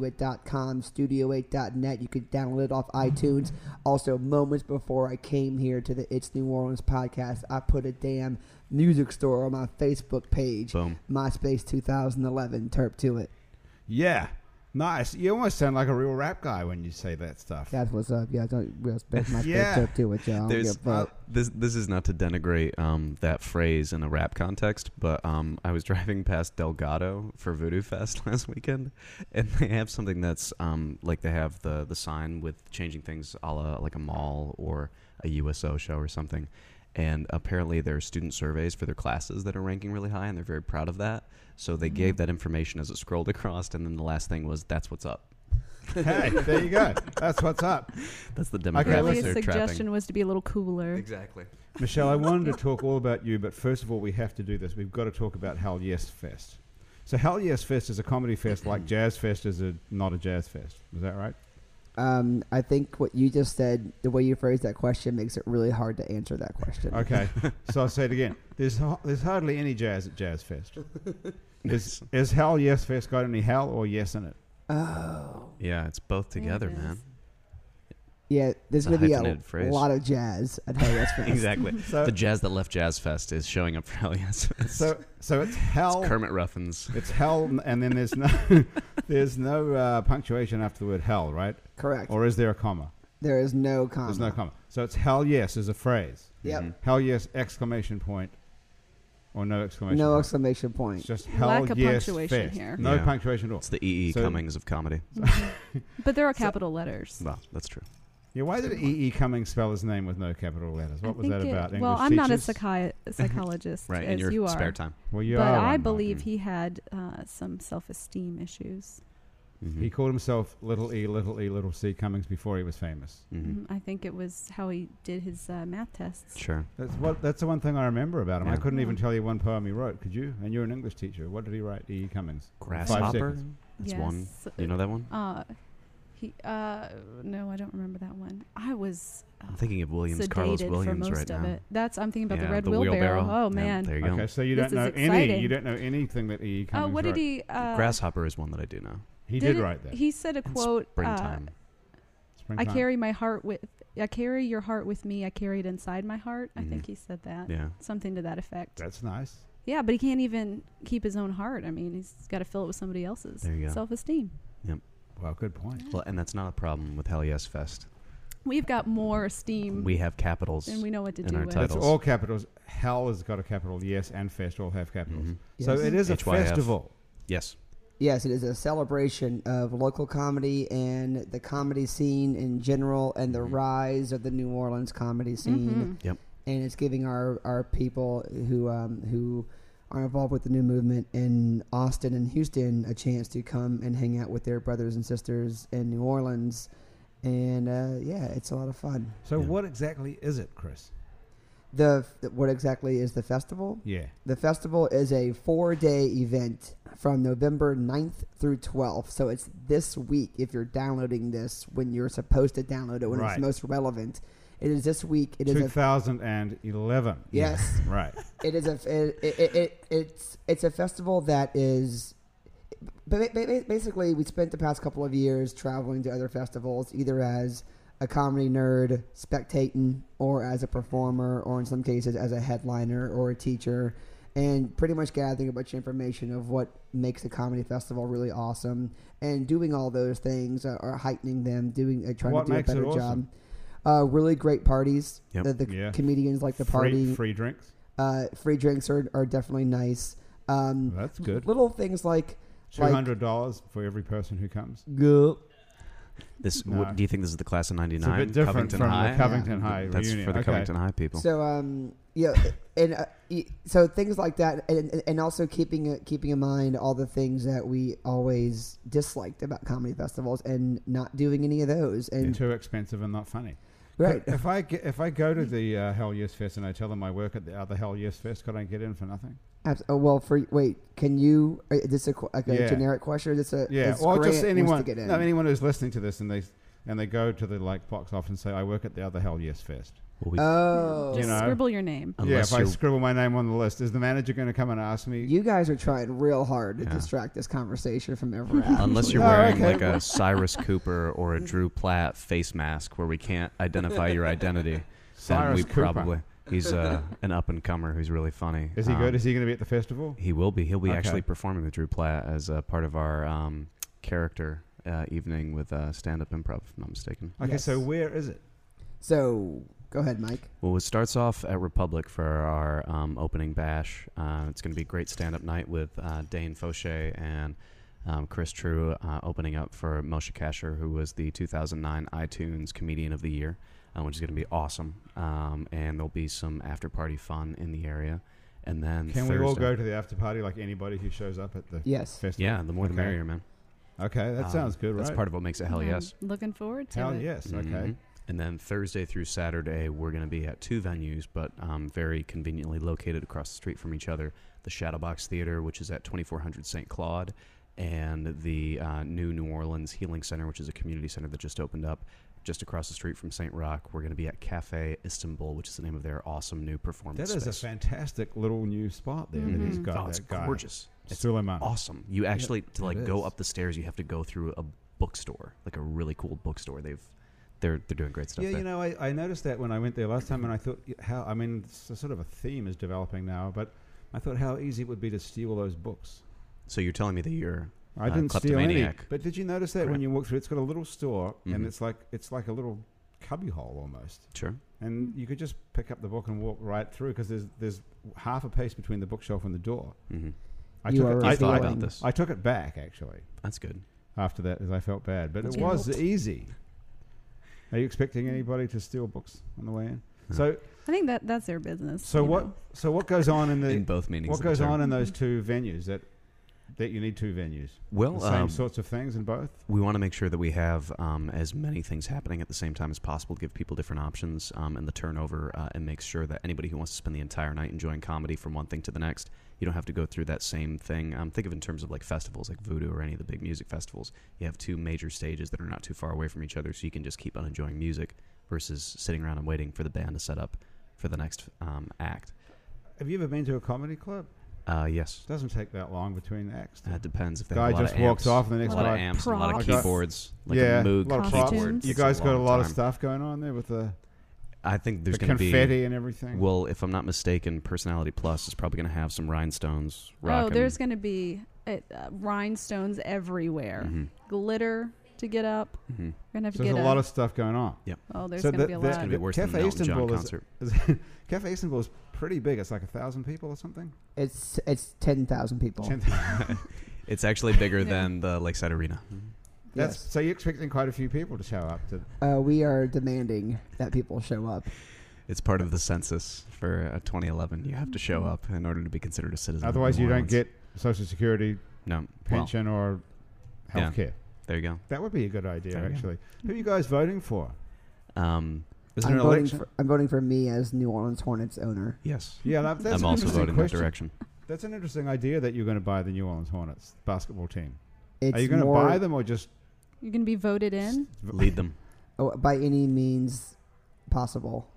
Speaker 2: terp2it.com, studio8.net. You could download it off iTunes. Also, moments before I came here to the It's New Orleans podcast, I put a damn music store on my Facebook page.
Speaker 4: Boom.
Speaker 2: MySpace 2011, Terp To It.
Speaker 1: Yeah. Nice. You almost sound like a real rap guy when you say that stuff.
Speaker 2: That's what's up. uh, Yeah, don't respect MySpace
Speaker 1: Yeah.
Speaker 2: Terp To It, y'all. I don't
Speaker 4: There's, uh,
Speaker 2: give a fuck.
Speaker 4: this this is not to denigrate um, that phrase in a rap context, but um, I was driving past Delgado for Voodoo Fest last weekend, and they have something that's um, like they have the the sign with changing things a la like a mall or a USO show or something. And apparently, there are student surveys for their classes that are ranking really high, and they're very proud of that. So they
Speaker 2: Mm-hmm.
Speaker 4: gave that information as it scrolled across, and then the last thing was, "That's what's up."
Speaker 1: Hey, there you go. That's what's up.
Speaker 4: That's the
Speaker 1: let's-
Speaker 4: demographics
Speaker 3: His
Speaker 4: they're
Speaker 3: suggestion
Speaker 4: trapping.
Speaker 3: was to be a little cooler.
Speaker 4: Exactly.
Speaker 1: Michelle, I wanted to talk all about you, but first of all, we have to do this. We've got to talk about Hell Yes Fest. So, Hell Yes Fest is a comedy fest like Jazz Fest is a not a jazz fest. Is that right?
Speaker 2: Um, I think what you just said, the way you phrased that question, makes it really hard to answer that question.
Speaker 1: Okay. so, I'll say it again. There's, ho- there's hardly any jazz at Jazz Fest. Is, is Hell Yes Fest got any hell or yes in it?
Speaker 2: Oh.
Speaker 4: Yeah, it's both together,
Speaker 6: it
Speaker 4: man.
Speaker 6: is.
Speaker 2: Yeah,
Speaker 4: It's
Speaker 2: there's
Speaker 4: a
Speaker 2: going to be a
Speaker 4: hyphenated phrase.
Speaker 2: lot of jazz at Hell Yes Fest.
Speaker 4: exactly.
Speaker 1: So-
Speaker 4: the jazz that left Jazz Fest is showing up for Hell Yes Fest.
Speaker 1: So, so it's
Speaker 3: oh.
Speaker 1: Hell.
Speaker 4: It's Kermit Ruffins.
Speaker 1: It's hell, and then there's no, there's no uh, punctuation after the word hell, right?
Speaker 2: Correct.
Speaker 1: Or is there a comma?
Speaker 2: there is no comma.
Speaker 1: There's no comma. Mm-hmm. So it's hell yes is a phrase.
Speaker 2: Yep.
Speaker 1: Hell yes exclamation point, or no exclamation.
Speaker 2: No
Speaker 1: point.
Speaker 2: exclamation point.
Speaker 1: It's just hell
Speaker 3: Lack of
Speaker 1: yes
Speaker 3: punctuation
Speaker 1: fest.
Speaker 3: here.
Speaker 1: No
Speaker 4: Yeah.
Speaker 1: punctuation at all.
Speaker 4: It's the E.E.
Speaker 1: So-
Speaker 4: Cummings of comedy.
Speaker 3: But there are capital letters.
Speaker 4: Well, that's true.
Speaker 1: Yeah, why did E. E. Cummings spell his name with no capital letters? What
Speaker 3: I
Speaker 1: was
Speaker 3: think
Speaker 1: that
Speaker 3: it-
Speaker 1: about?
Speaker 3: well,
Speaker 1: English
Speaker 3: I'm not a
Speaker 1: teachers?
Speaker 3: psychi- psychologist
Speaker 4: Right,
Speaker 3: as
Speaker 4: in your
Speaker 3: you are.
Speaker 4: spare time.
Speaker 1: Well, you
Speaker 3: But
Speaker 1: are.
Speaker 3: I
Speaker 1: one, though.
Speaker 3: believe he had uh, some self-esteem issues.
Speaker 4: Mm-hmm.
Speaker 1: he called himself Little E, Little E, Little C Cummings before he was famous.
Speaker 4: Mhm.
Speaker 3: Mhm. I think it was how he did his uh, math tests.
Speaker 4: Sure.
Speaker 1: That's what. That's the one thing I remember about him. I
Speaker 4: Yeah.
Speaker 1: couldn't even tell you one poem he wrote. Could you? And you're an English teacher. What did he write? E. E. Cummings. Five
Speaker 4: Grasshopper.
Speaker 1: seconds.
Speaker 4: That's
Speaker 3: yes.
Speaker 4: one. You know that one?
Speaker 3: Uh, he. Uh, no, I don't remember that one. I was. Uh,
Speaker 4: I'm thinking of Williams,
Speaker 3: sedated
Speaker 4: Carlos
Speaker 3: for
Speaker 4: Williams
Speaker 3: most
Speaker 4: right
Speaker 3: of
Speaker 4: now.
Speaker 3: it. That's. I'm thinking about
Speaker 4: Yeah,
Speaker 3: the red wheelbarrow. Oh
Speaker 4: Yeah,
Speaker 3: man.
Speaker 4: there you go.
Speaker 1: Okay, so you
Speaker 3: This
Speaker 1: don't know
Speaker 3: is
Speaker 1: any. You
Speaker 3: exciting.
Speaker 1: don't know anything that E. E.
Speaker 3: Uh,
Speaker 1: Cummings
Speaker 3: what did
Speaker 1: wrote.
Speaker 3: he? Uh,
Speaker 4: Grasshopper is one that I do know.
Speaker 1: He did
Speaker 3: it-
Speaker 1: write that.
Speaker 3: He said a
Speaker 4: And
Speaker 3: quote. Uh,
Speaker 4: Springtime.
Speaker 3: I
Speaker 1: Springtime.
Speaker 3: carry my heart with. I carry your heart with me. I carry it inside my heart. I think he said that.
Speaker 4: Mm-hmm. yeah.
Speaker 3: Something to that effect.
Speaker 1: That's nice.
Speaker 3: Yeah, but he can't even keep his own heart. I mean, he's got to fill it with somebody else's
Speaker 4: There you go.
Speaker 3: self-esteem.
Speaker 1: Well, good point.
Speaker 4: Well, and that's not a problem with Hell Yes Fest.
Speaker 3: We've got more esteem,
Speaker 4: We have capitals.
Speaker 3: and we know what to
Speaker 4: in
Speaker 3: do
Speaker 4: our
Speaker 3: with.
Speaker 1: That's
Speaker 4: Titles.
Speaker 1: all capitals. Hell has got a capital. Yes, and fest all have capitals. So
Speaker 2: Yes.
Speaker 1: it is a
Speaker 4: HYF.
Speaker 1: festival.
Speaker 4: Mm-hmm. yes.
Speaker 2: Yes, it is a celebration of local comedy and the comedy scene in general and the rise of the New Orleans comedy scene.
Speaker 4: Yep.
Speaker 2: And it's giving our, our people who um, who are involved with the new movement in Austin and Houston a chance to come and hang out with their brothers and sisters in New Orleans. And uh, yeah, it's a lot of fun.
Speaker 1: So what exactly is it, Chris?
Speaker 2: The what exactly is the festival?
Speaker 1: Yeah.
Speaker 2: The festival is a four day event from November 9th through 12th. So it's this week if you're downloading this when you're supposed to download it when
Speaker 1: Right.
Speaker 2: it's most relevant. It is this week. It is a
Speaker 1: 2011.
Speaker 2: Yes.
Speaker 1: Right.
Speaker 2: it is a it, it, it, it's it's a festival that is But ba- ba- basically, we spent the past couple of years traveling to other festivals, either as a comedy nerd spectating, or as a performer, or in some cases as a headliner or a teacher, and pretty much gathering a bunch of information of what makes a comedy festival really awesome, and doing all those things uh, or heightening them, doing uh, trying
Speaker 1: What
Speaker 2: to do a
Speaker 1: makes it
Speaker 2: better
Speaker 1: awesome?
Speaker 2: job. Uh, really great parties.
Speaker 4: Yep.
Speaker 2: The, the
Speaker 1: Yeah.
Speaker 2: comedians like the
Speaker 1: Free,
Speaker 2: party.
Speaker 1: free drinks.
Speaker 2: Uh, free drinks are, are definitely nice. Um,
Speaker 1: That's good.
Speaker 2: Little things like
Speaker 1: Two
Speaker 2: like-
Speaker 1: hundred dollars for every person who comes.
Speaker 2: Go.
Speaker 4: This
Speaker 1: No.
Speaker 4: w- do you think this is the class of
Speaker 1: It's a
Speaker 4: '99?
Speaker 1: bit different
Speaker 4: Covington
Speaker 1: from
Speaker 4: High.
Speaker 1: the Covington High
Speaker 4: That's
Speaker 1: reunion.
Speaker 4: for the
Speaker 1: okay.
Speaker 4: Covington High
Speaker 1: Oh.
Speaker 4: people.
Speaker 2: So um, yeah, and uh, y- so things like that, and and also keeping keeping in mind all the things that we always disliked about comedy festivals, and not doing any of those,
Speaker 1: They're
Speaker 2: and
Speaker 1: Too expensive and not funny.
Speaker 2: right.
Speaker 1: Could- If I ge- if I go to the uh, Hell Yes Fest and I tell them I work at the other Hell Yes Fest, could I get in for nothing?
Speaker 2: Abs- oh, well, for wait, can you? Is this a, qu- like a
Speaker 1: Yeah.
Speaker 2: generic question? Or is this a
Speaker 1: Yeah,
Speaker 2: is
Speaker 1: or
Speaker 2: Grant
Speaker 1: just
Speaker 2: wants
Speaker 1: anyone.
Speaker 2: to get in?
Speaker 1: No, anyone who's listening to this and they and they go to the like box office and say I work at the other Hell Yes Fest.
Speaker 4: Well, we-
Speaker 2: oh,
Speaker 1: You
Speaker 3: Just
Speaker 1: know.
Speaker 3: scribble your name.
Speaker 4: unless
Speaker 1: uh, yeah, if I
Speaker 4: you're-
Speaker 1: scribble my name on the list, is the manager going to come and ask me?
Speaker 2: you guys are trying real hard to
Speaker 4: Yeah.
Speaker 2: distract this conversation from ever. happening.
Speaker 4: Unless you're
Speaker 1: Oh,
Speaker 4: wearing
Speaker 1: okay.
Speaker 4: like a Cyrus Cooper or a Drew Platt face mask where we can't identify your identity, then
Speaker 1: Cyrus
Speaker 4: we
Speaker 1: Cooper.
Speaker 4: probably he's uh, an up and comer who's really funny.
Speaker 1: Is he
Speaker 4: Um,
Speaker 1: good? Is he going to be at the festival?
Speaker 4: He will be. He'll be
Speaker 1: Okay.
Speaker 4: actually performing with Drew Platt as a part of our um, character uh, evening with uh, stand up improv, if I'm not mistaken.
Speaker 1: Okay,
Speaker 2: Yes.
Speaker 1: so where is it?
Speaker 2: so go ahead, Mike.
Speaker 4: Well, it starts off at Republic for our um, opening bash. Uh, it's going to be a great stand up night with uh, Dane Fauché and um, Chris True uh, opening up for Moshe Kasher, who was the 2009 iTunes Comedian of the Year, uh, which is going to be awesome. Um, and there'll be some after party fun in the area. And then
Speaker 1: Can we all
Speaker 4: Thursday-
Speaker 1: go to the after party like anybody who shows up at the
Speaker 2: Yes.
Speaker 1: festival?
Speaker 4: Yeah, the more the
Speaker 1: Okay.
Speaker 4: merrier, man.
Speaker 1: Okay, that
Speaker 4: Um,
Speaker 1: sounds good, right?
Speaker 4: That's part of what makes it hell
Speaker 3: I'm
Speaker 4: yes.
Speaker 3: Looking forward to
Speaker 1: Hell
Speaker 3: it.
Speaker 1: yes. Okay.
Speaker 4: Mhm. And then Thursday through Saturday, we're going to be at two venues, but um, very conveniently located across the street from each other. The Shadowbox Theater, which is at 2400 St. Claude, and the uh, new New Orleans Healing Center, which is a community center that just opened up just across the street from St. Rock. We're going to be at Cafe Istanbul, which is the name of their awesome new performance.
Speaker 1: That is a
Speaker 4: space.
Speaker 1: fantastic little new spot there that he's got.
Speaker 4: Oh, it's
Speaker 1: that guy.
Speaker 4: gorgeous. It's
Speaker 1: Suleiman.
Speaker 4: awesome. You actually to
Speaker 1: it
Speaker 4: like go
Speaker 1: is.
Speaker 4: up the stairs, you have to go through a bookstore, like a really cool bookstore. They've they're they're doing great stuff.
Speaker 1: Yeah,
Speaker 4: there.
Speaker 1: you know, I, I noticed that when I went there last time, and I thought, y- how I mean, it's a sort of a theme is developing now, but I thought how easy it would be to steal those books.
Speaker 4: So you're telling me that you're
Speaker 1: I
Speaker 4: Uh,
Speaker 1: didn't steal any.
Speaker 4: kleptomaniac.
Speaker 1: But did you notice that
Speaker 4: Crap.
Speaker 1: when you walk through, it's got a little store, and
Speaker 4: Mhm.
Speaker 1: it's like it's like a little cubbyhole almost,
Speaker 4: sure?
Speaker 1: and you could just pick up the book and walk right through because there's there's half a pace between the bookshelf and the door.
Speaker 4: Mm-hmm.
Speaker 1: I
Speaker 2: You
Speaker 1: took
Speaker 2: are
Speaker 1: it,
Speaker 4: I
Speaker 1: I,
Speaker 2: right.
Speaker 4: thought
Speaker 1: I,
Speaker 4: about
Speaker 2: feeling-
Speaker 4: this.
Speaker 1: I took it back actually
Speaker 4: That's good.
Speaker 1: after that because I felt bad, but it
Speaker 3: Guilt.
Speaker 1: was easy. Are you expecting anybody to steal books on the way in?
Speaker 4: No.
Speaker 1: So
Speaker 3: I think that that's their business.
Speaker 1: So
Speaker 3: you
Speaker 1: what?
Speaker 3: know.
Speaker 1: So what goes on in the
Speaker 4: in both meanings.
Speaker 1: what
Speaker 4: of the
Speaker 1: goes
Speaker 4: term.
Speaker 1: on in those two venues that that you need two venues?
Speaker 4: Well,
Speaker 1: the same
Speaker 4: um,
Speaker 1: sorts of things in both.
Speaker 4: we want to make sure that we have um, as many things happening at the same time as possible, give people different options um, and the turnover, uh, and make sure that anybody who wants to spend the entire night enjoying comedy from one thing to the next, you don't have to go through that same thing. Um, think of it in terms of like festivals, like Voodoo or any of the big music festivals. You have two major stages that are not too far away from each other, so you can just keep on enjoying music versus sitting around and waiting for the band to set up for the next um, act.
Speaker 1: Have you ever been to a comedy club?
Speaker 4: Uh, yes.
Speaker 1: It doesn't take that long between acts.
Speaker 4: That Uh, depends if they
Speaker 1: Guy
Speaker 4: have a lot
Speaker 1: just
Speaker 4: of
Speaker 1: walks
Speaker 4: amps.
Speaker 1: off and the next
Speaker 4: a lot
Speaker 1: guy-
Speaker 4: of amps, and a lot of
Speaker 1: Props.
Speaker 4: keyboards, like
Speaker 1: yeah,
Speaker 4: a Moog
Speaker 1: lot of props.
Speaker 4: keyboard.
Speaker 3: Costumes.
Speaker 1: You
Speaker 4: It's a
Speaker 1: guys got a
Speaker 4: long
Speaker 1: lot of
Speaker 4: time.
Speaker 1: stuff going on there with the,
Speaker 4: I think
Speaker 1: the
Speaker 4: there's going to be
Speaker 1: confetti and everything.
Speaker 4: well, if I'm not mistaken, Personality Plus is probably going to have some rhinestones. Rocking.
Speaker 3: Oh, there's going to be uh, uh, rhinestones everywhere,
Speaker 4: Mhm.
Speaker 3: glitter to get up.
Speaker 4: Mhm.
Speaker 3: We're going to have
Speaker 1: so
Speaker 3: to
Speaker 1: there's
Speaker 3: get
Speaker 1: a lot of stuff going on.
Speaker 3: Oh, there's
Speaker 1: so
Speaker 3: going to
Speaker 1: the-
Speaker 3: be a
Speaker 1: Uh, the-
Speaker 4: It's
Speaker 3: lot.
Speaker 4: going to be worse than
Speaker 1: Cafe
Speaker 4: the Elton John
Speaker 1: Istanbul is-
Speaker 4: concert.
Speaker 1: Is Cafe Istanbul is pretty big. It's like a thousand people or something.
Speaker 2: It's it's ten thousand people.
Speaker 1: 10,000.
Speaker 4: It's actually bigger
Speaker 3: Yeah.
Speaker 4: than the Lakeside Arena.
Speaker 1: That's
Speaker 2: Yes.
Speaker 1: so you're expecting quite a few people to show up to.
Speaker 2: Uh, we are demanding that people show up.
Speaker 4: It's part of the census for uh, 2011. You have to show up in order to be considered a citizen. of
Speaker 1: Otherwise,
Speaker 4: New
Speaker 1: you don't
Speaker 4: Orleans.
Speaker 1: get social security,
Speaker 4: no Well,
Speaker 1: pension, or
Speaker 4: Yeah.
Speaker 1: healthcare.
Speaker 4: there you go.
Speaker 1: That would be a good idea,
Speaker 4: There we go.
Speaker 1: actually. Who are you guys voting for?
Speaker 4: Um,
Speaker 1: Is
Speaker 2: I'm voting for, I'm voting for me as New Orleans Hornets owner.
Speaker 4: yes,
Speaker 1: Yeah, that, that's
Speaker 4: I'm
Speaker 1: an
Speaker 4: also
Speaker 1: interesting
Speaker 4: voting
Speaker 1: question.
Speaker 4: that direction.
Speaker 1: That's an interesting idea that you're going to buy the New Orleans Hornets basketball team.
Speaker 2: It's
Speaker 1: are you going to
Speaker 2: more-
Speaker 1: buy them or just
Speaker 3: You're going to be voted in.
Speaker 4: Lead them.
Speaker 2: oh, by any means possible?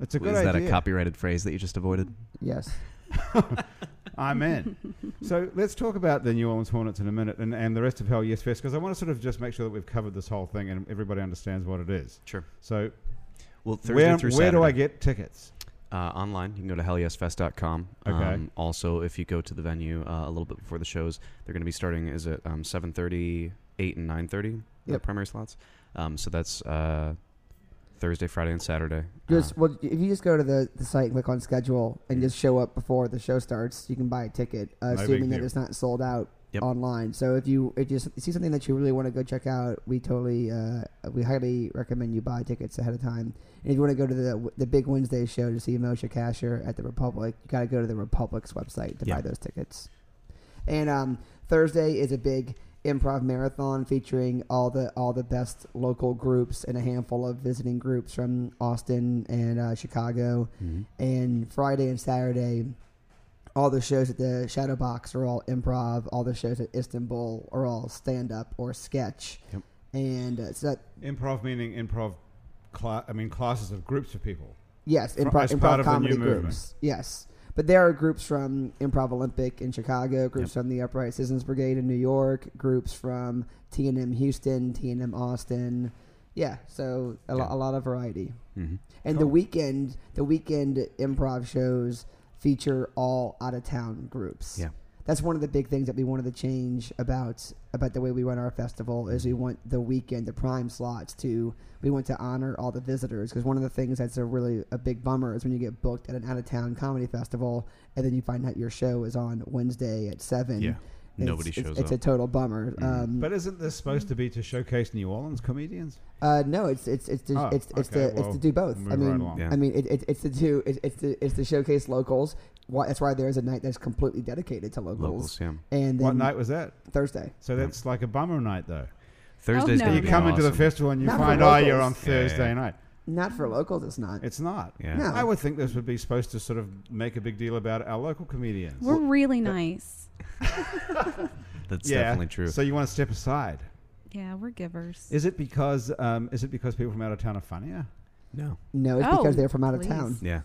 Speaker 1: It's a good
Speaker 4: is that
Speaker 1: idea. Ah.
Speaker 4: a copyrighted phrase that you just avoided?
Speaker 2: Yes.
Speaker 1: I'm in. so let's talk about the New Orleans Hornets in a minute and, and the rest of Hell Yes Fest because I want to sort of just make sure that we've covered this whole thing and everybody understands what it is.
Speaker 4: Sure.
Speaker 1: So
Speaker 4: Well, Thursday
Speaker 1: where,
Speaker 4: through
Speaker 1: where do I
Speaker 4: Saturday.
Speaker 1: get tickets?
Speaker 4: Uh, online, you can go to hellyesfest.com.
Speaker 1: Okay.
Speaker 4: Um, also, if you go to the venue uh, a little bit before the shows, they're going to be starting. Is it um, seven thirty, eight, and nine thirty? The
Speaker 2: Yep.
Speaker 4: primary slots. Um, so that's uh, Thursday, Friday, and Saturday.
Speaker 2: Just
Speaker 4: Uh,
Speaker 2: well, if you just go to the, the site, and click on schedule, and just show up before the show starts, you can buy a ticket, uh,
Speaker 1: big
Speaker 2: assuming that
Speaker 1: deal.
Speaker 2: it's not sold out
Speaker 4: Yep.
Speaker 2: online. So if you if you s- see something that you really want to go check out, we totally uh, we highly recommend you buy tickets ahead of time. And if you want to go to the the big Wednesday show to see Moshe Kasher at the Republic, you got to go to the Republic's website to
Speaker 4: Yeah.
Speaker 2: buy those tickets. And um, Thursday is a big improv marathon featuring all the all the best local groups and a handful of visiting groups from Austin and uh, Chicago. And Friday and Saturday, all the shows at the Shadow Box are all improv. All the shows at Istanbul are all stand up or sketch.
Speaker 4: Yep.
Speaker 2: And uh, so that
Speaker 1: Improv meaning improv, cla- I mean classes of groups of people.
Speaker 2: Yes,
Speaker 1: Fr-
Speaker 2: improv,
Speaker 1: as part
Speaker 2: improv
Speaker 1: of the
Speaker 2: comedy
Speaker 1: new
Speaker 2: groups.
Speaker 1: movement.
Speaker 2: Yes, but there are groups from Improv Olympic in Chicago, groups from the Upright Citizens Brigade in New York, groups from TNM Houston, TNM Austin. Yeah, so a, lo-
Speaker 4: Yeah.
Speaker 2: a lot of variety.
Speaker 4: mhm.
Speaker 2: And the weekend, the weekend improv shows feature all out of town groups.
Speaker 4: Yeah.
Speaker 2: That's one of the big things that we wanted to change about about the way we run our festival is we want the weekend, the prime slots to we want to honor all the visitors because one of the things that's a really a big bummer is when you get booked at an out of town comedy festival and then you find out your show is on Wednesday at seven.
Speaker 4: Yeah.
Speaker 2: It's-
Speaker 4: Nobody
Speaker 2: it's,
Speaker 4: shows
Speaker 2: it's
Speaker 4: up. Mm-hmm.
Speaker 2: a total bummer. Um,
Speaker 1: But isn't this supposed to be to showcase New Orleans comedians?
Speaker 2: uh, no, it's it's it's to,
Speaker 1: Oh,
Speaker 2: it's it's
Speaker 1: okay,
Speaker 2: to
Speaker 1: well,
Speaker 2: it's to do both.
Speaker 1: move
Speaker 2: I mean,
Speaker 1: right along.
Speaker 4: Yeah.
Speaker 2: I mean, it, it, it's to do it, it's to it's to showcase locals. Why, that's why there's a night that's completely dedicated to locals.
Speaker 4: Locals, yeah.
Speaker 2: And then
Speaker 1: What night was that?
Speaker 2: Thursday.
Speaker 1: So that's like a bummer night, though.
Speaker 4: Thursday's
Speaker 3: no.
Speaker 4: gonna
Speaker 1: You
Speaker 4: be
Speaker 1: come into the
Speaker 4: awesome.
Speaker 1: festival and you
Speaker 2: Not for
Speaker 1: find, oh, you're on
Speaker 2: locals.
Speaker 1: Thursday
Speaker 4: Yeah.
Speaker 1: night.
Speaker 2: Not for locals, it's not.
Speaker 1: It's not.
Speaker 4: Yeah.
Speaker 2: No.
Speaker 1: I would think this would be supposed to sort of make a big deal about our local comedians.
Speaker 3: We're really nice.
Speaker 4: That's
Speaker 1: yeah.
Speaker 4: definitely true.
Speaker 1: So you want to step aside?
Speaker 3: Yeah, we're givers.
Speaker 1: Is it because um, is it because people from out of town are funnier?
Speaker 4: no.
Speaker 2: no, it's
Speaker 3: Oh,
Speaker 2: because they're from out of
Speaker 3: please.
Speaker 2: town.
Speaker 4: Yeah.